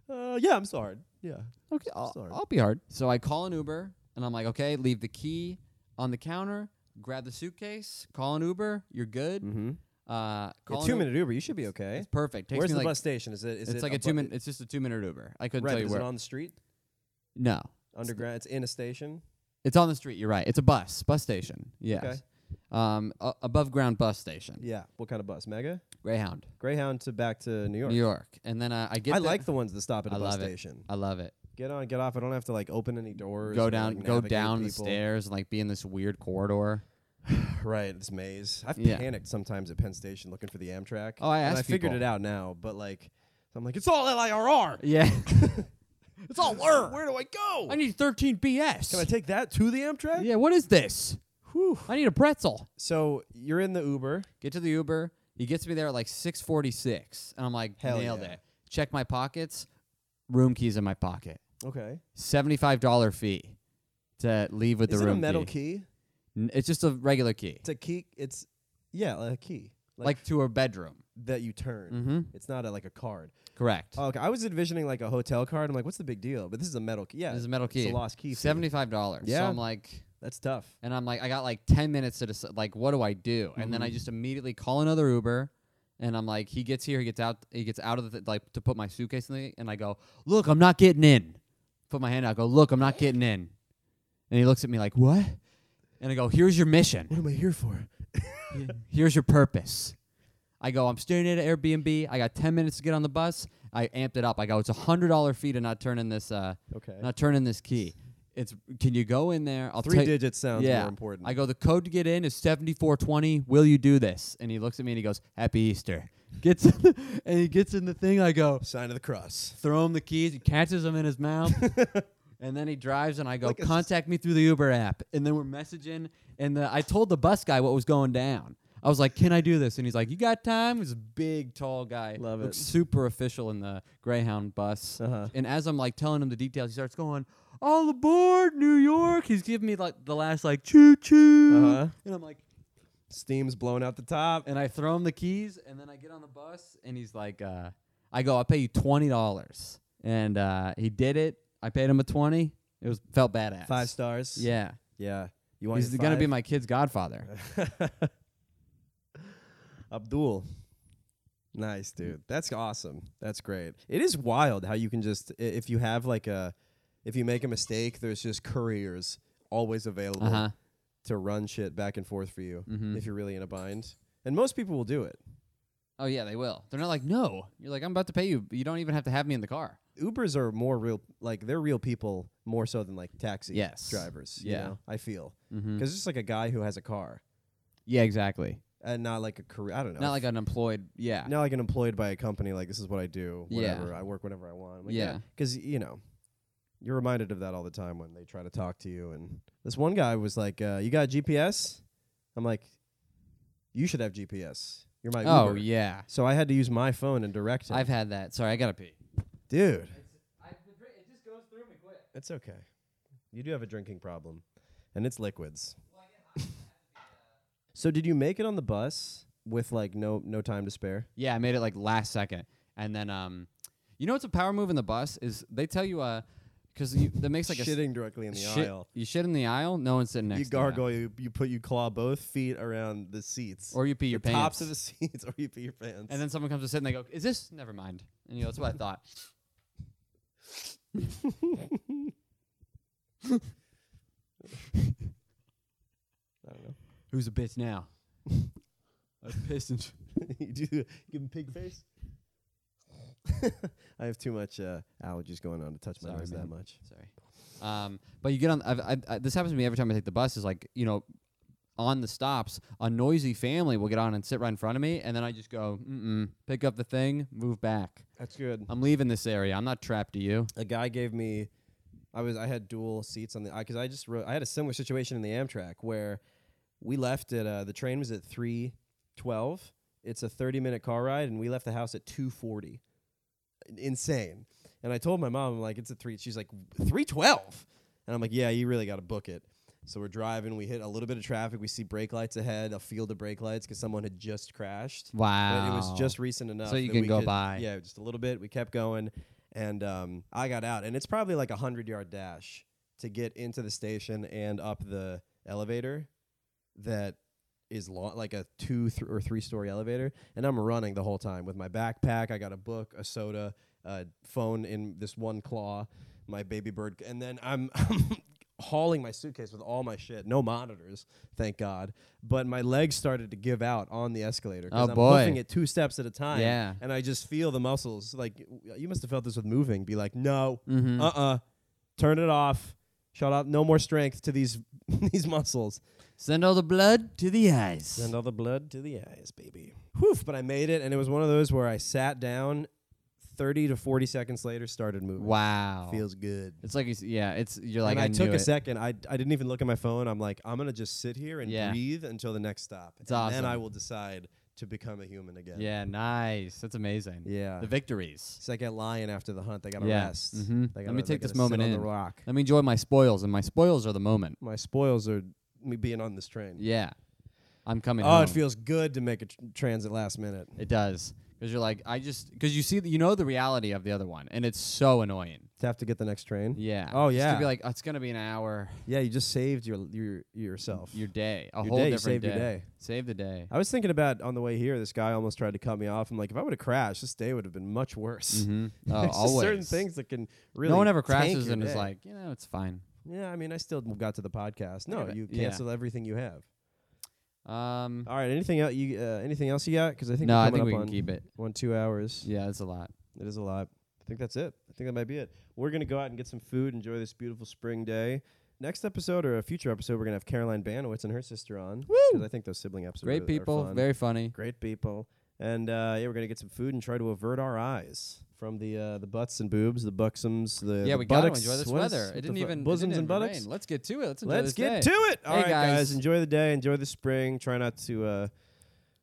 Uh, yeah, I'm still hard. Yeah.
Okay, I'll,
Sorry.
I'll be hard. So I call an Uber and I'm like, okay, leave the key on the counter, grab the suitcase, call an Uber, you're good.
Mm-hmm.
Uh, call an
two
Ub-
minute Uber. You should be okay.
It's perfect. Takes
Where's
me
the
like,
bus station? Is it? Is
It's
it
like a
abo-
two minute. It's just a two minute Uber. I couldn't
Right,
tell
but
you
is
where.
it on the street?
no,
Underground. It's in a station.
it's on the street. You're right. It's a bus, bus station. Yes.
Okay.
Um, a- above ground bus station.
Yeah. What kind of bus? Mega
Greyhound,
Greyhound to back to New York.
New York, and then uh, I get.
I
there-
like the ones that stop at a
I
bus
love it.
station.
I love it.
Get on, get off. I don't have to like open any doors.
Go
or,
down,
like,
go
navigate
down the
people.
stairs, and like be in this weird corridor.
Right, this maze. I've
Yeah.
panicked sometimes at Penn Station looking for the Amtrak.
Oh, I
and I
asked
figured
people.
it out now, but like, I'm like, it's all L I R R.
Yeah, it's all blur.
Where do I go?
I need 13 BS.
Can I take that to the Amtrak?
yeah, what is this?
Whew.
I need a pretzel.
So you're in the Uber.
Get to the Uber. He gets me there at like 6:46, and I'm like,
Hell
nailed
yeah.
it. Check my pockets. Room keys in my pocket.
Okay.
Seventy-five dollar fee to leave with
Is
the
it a
room
metal
key.
key?
N- It's just a regular key,
It's a key. It's yeah, like a key.
like, to a bedroom.
that you turn.
Mm-hmm.
It's not a, like a card.
Correct.
Oh, okay. I was envisioning like a hotel card. I'm like, what's the big deal? But this is a metal key. Yeah,
This is a metal key.
It's a lost key. fee.
Seventy-five dollars. So
Yeah.
I'm like,
That's tough.
and I'm like, I got like ten minutes to decide. Like, what do I do? And
Mm-hmm.
then I just immediately call another Uber, and I'm like, he gets here, he gets out, he gets out of the like to put my suitcase in the, and I go, look, I'm not getting in. Put my hand out, I go, look, I'm not getting in. And he looks at me like, what? And I go, here's your mission.
What am I here for?
Here's your purpose. I go, I'm staying at an Airbnb. I got ten minutes to get on the bus. I amped it up. I go, it's a hundred dollar fee to not turn in this. Uh,
Okay.
not turning this key. It's can you go in there? I'll
Three
tell-
digits sounds
yeah.
more important.
I go. The code to get in is seventy four twenty. Will you do this? And he looks at me and he goes, "Happy Easter." Gets in the, and he gets in the thing. I go,
Oh, Sign of the cross.
throw him the keys. He catches them in his mouth. And then he drives, and I go, contact me through the Uber app. And then we're messaging, and the, I told the bus guy what was going down. I was like, can I do this? And he's like, you got time? He's a big, tall guy.
Love
Looks
it.
super official in the Greyhound bus.
Uh-huh.
And as I'm like telling him the details, he starts going, all aboard New York. He's giving me like the last like choo choo.
Uh-huh.
And I'm like,
Steam's blowing out the top.
and I throw him the keys, and then I get on the bus, and he's like, uh, I go, I'll pay you twenty dollars, and uh, he did it. I paid him a twenty. It was felt badass.
Five stars.
Yeah,
Yeah. You want
he's
your
gonna be
five?
my kid's godfather.
Abdul. Nice, dude. That's awesome. That's great. It is wild how you can just i- if you have like a if you make a mistake, there's just couriers always available
Uh huh.
to run shit back and forth for you
Mhm.
if you're really in a bind. And most people will do it.
Oh yeah, they will. They're not like no. You're like I'm about to pay you. but You don't even have to have me in the car.
Ubers are more real like they're real people more so than like taxi
Yes.
drivers,
Yeah.
you know, I feel.
Mm-hmm.
Cuz it's just like a guy who has a car
Yeah, exactly.
and not like a career, I don't know.
Not like an employed. Yeah.
not like an employed by a company like this is what i do
Yeah.
whatever i work whenever i want I'm like,
Yeah.
because you know you're reminded of that all the time when they try to talk to you and this one guy was like uh, you got gps i'm like you should have gps you're my
oh
Uber."
yeah.
so i had to use my phone and direct him
I've had that. Sorry, I gotta pee.
dude
I, it just goes through me quick.
it's okay you do have a drinking problem and it's liquids so did you make it on the bus with like no no time to spare
Yeah, I made it like last second, and then um, you know what's a power move in the bus is they tell you uh, because that makes like a s-
shitting directly in the
shit-
aisle
You shit in the aisle, no one's sitting next.
you
to
gargle, you, you put you claw both feet around the seats,
or you pee your
the
pants,
tops of the seats, or you pee your pants.
and then someone comes to sit and they go, "Is this?" Never mind. And you know that's what I thought.
I don't know.
Who's a bitch now?
I pissed and
you do give him pig face. I have too much uh, allergies going on to touch my
Sorry,
nose that
man.
much.
Sorry. Um, but you get on. I've, I, I, this happens to me every time I take the bus. Is like you know, on the stops, a noisy family will get on and sit right in front of me, and then I just go, Mm-mm, pick up the thing, move back.
That's good.
I'm leaving this area. I'm not trapped to you.
A guy gave me, I was I had dual seats on the because I just wrote, I had a similar situation in the Amtrak where we left at uh, the train was at three twelve. It's a thirty minute car ride, and we left the house at two forty. Insane. And I told my mom, I'm like, it's a three. She's like, three twelve. And I'm like, yeah, you really got to book it. So we're driving. We hit a little bit of traffic. We see brake lights ahead, a field of brake lights because someone had just crashed. But
Wow.
it was just recent enough.
you
that
can
we
go
could-
by.
Yeah, just a little bit. We kept going, and um, I got out, and it's probably like a hundred yard dash to get into the station and up the elevator that is long, like a two th- or three story elevator, and I'm running the whole time with my backpack. I got a book, a soda, a phone in this one claw, my baby bird, and then I'm. hauling my suitcase with all my shit no monitors thank god but my legs started to give out on the escalator because
Oh,
i'm
boy.
hoofing it two steps at a time
Yeah.
and I just feel the muscles. Like w- you must have felt this with moving. Be like, no,
Mhm.
uh, uh turn it off. Shut up. No more strength to these these muscles.
Send all the blood to the eyes.
Send all the blood to the eyes, baby. Whew! But I made it, and it was one of those where I sat down. Thirty to forty seconds later, started moving.
wow.
Feels good.
it's like you s- yeah. It's you're like
and I,
I,
took
knew
a
it.
second. I, I didn't even look at my phone. I'm like, I'm gonna just sit here and
Yeah.
breathe until the next stop,
It's
and
awesome.
then I will decide to become a human again.
Yeah, nice. That's amazing.
yeah.
The victories.
It's like a lion after the hunt. They gotta
Yeah.
rest.
Mhm.
They
Let
gotta,
me
they
take this
gotta sit
moment
on the
in.
rock.
Let me enjoy my spoils, and my spoils are the moment.
My spoils are me being on this train.
Yeah, I'm coming.
Oh,
home.
it feels good to make a tr- transit last minute.
It does because you're like I just because you see the, you know the reality of the other one, and it's so annoying.
To have to get the next train.
Yeah.
Oh,
Just to
yeah.
be like oh, it's gonna be an hour,
Yeah, you just saved your your yourself.
your day, a
Your
whole
day, you
different
saved your day.
Save the day.
I was thinking about on the way here. This guy almost tried to cut me off. I'm like, if I would have crashed, this day would have been much worse.
Mm-hmm. Oh,
There's just
always.
certain things that can really.
no one ever
tank
crashes
your
and is
day.
like, you know, it's fine.
Yeah, I mean, I still got to the podcast. No,
at it.
you
Yeah.
cancel everything you have.
Um,
All right. Anything else? You uh, anything else you got? Because I think
no,
we're
I
coming
think we
up
can
on
keep it.
one two hours.
Yeah, it's a lot.
It is a lot. I think that's it. I think that might be it. We're gonna go out and get some food, enjoy this beautiful spring day. Next episode or a future episode, we're gonna have Caroline Banowitz and her sister on. Woo! I think those sibling episodes.
Great
are- are
people,
fun.
very funny.
great people. And uh, yeah, we're gonna get some food and try to avert our eyes from the uh, the butts and boobs, the buxoms, the
Yeah,
the
we gotta
buttocks.
enjoy this
What is-
weather.
what the
It didn't
fu-
even it
bosoms
didn't
and
even
buttocks.
rain. Let's get to it. Let's enjoy
Let's
this
get
day.
to it. All right, guys.
guys.
enjoy the day, enjoy the spring. Try not to uh,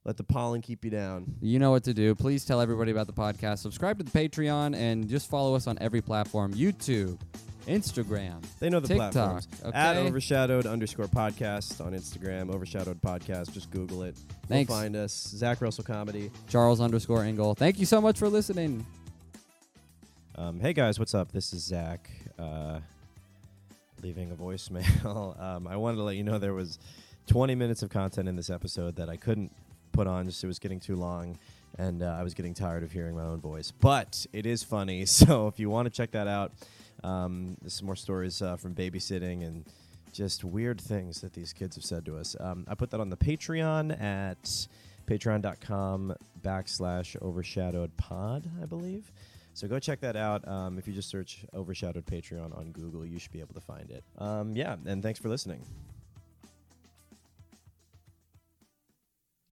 let the pollen keep you down.
You know what to do. Please tell everybody about the podcast. Subscribe to the Patreon and just follow us on every platform: YouTube, Instagram.
They know the
TikTok,
platforms. At
okay.
overshadowed underscore podcast on Instagram, overshadowed podcast. Just Google it.
Thanks.
You'll find us. Zach Russell Comedy.
Charles underscore Engel. Thank you so much for listening.
Um, hey guys, what's up? This is Zach. Uh, leaving a voicemail. um, I wanted to let you know there was 20 minutes of content in this episode that I couldn't put on. Just it was getting too long, and uh, I was getting tired of hearing my own voice. But it is funny, so if you want to check that out, um, there's some more stories uh, from babysitting and just weird things that these kids have said to us. Um, I put that on the Patreon at patreon.com backslash overshadowed pod, I believe. So go check that out. Um, if you just search Overshadowed Patreon on Google, you should be able to find it. Um, yeah, and thanks for listening.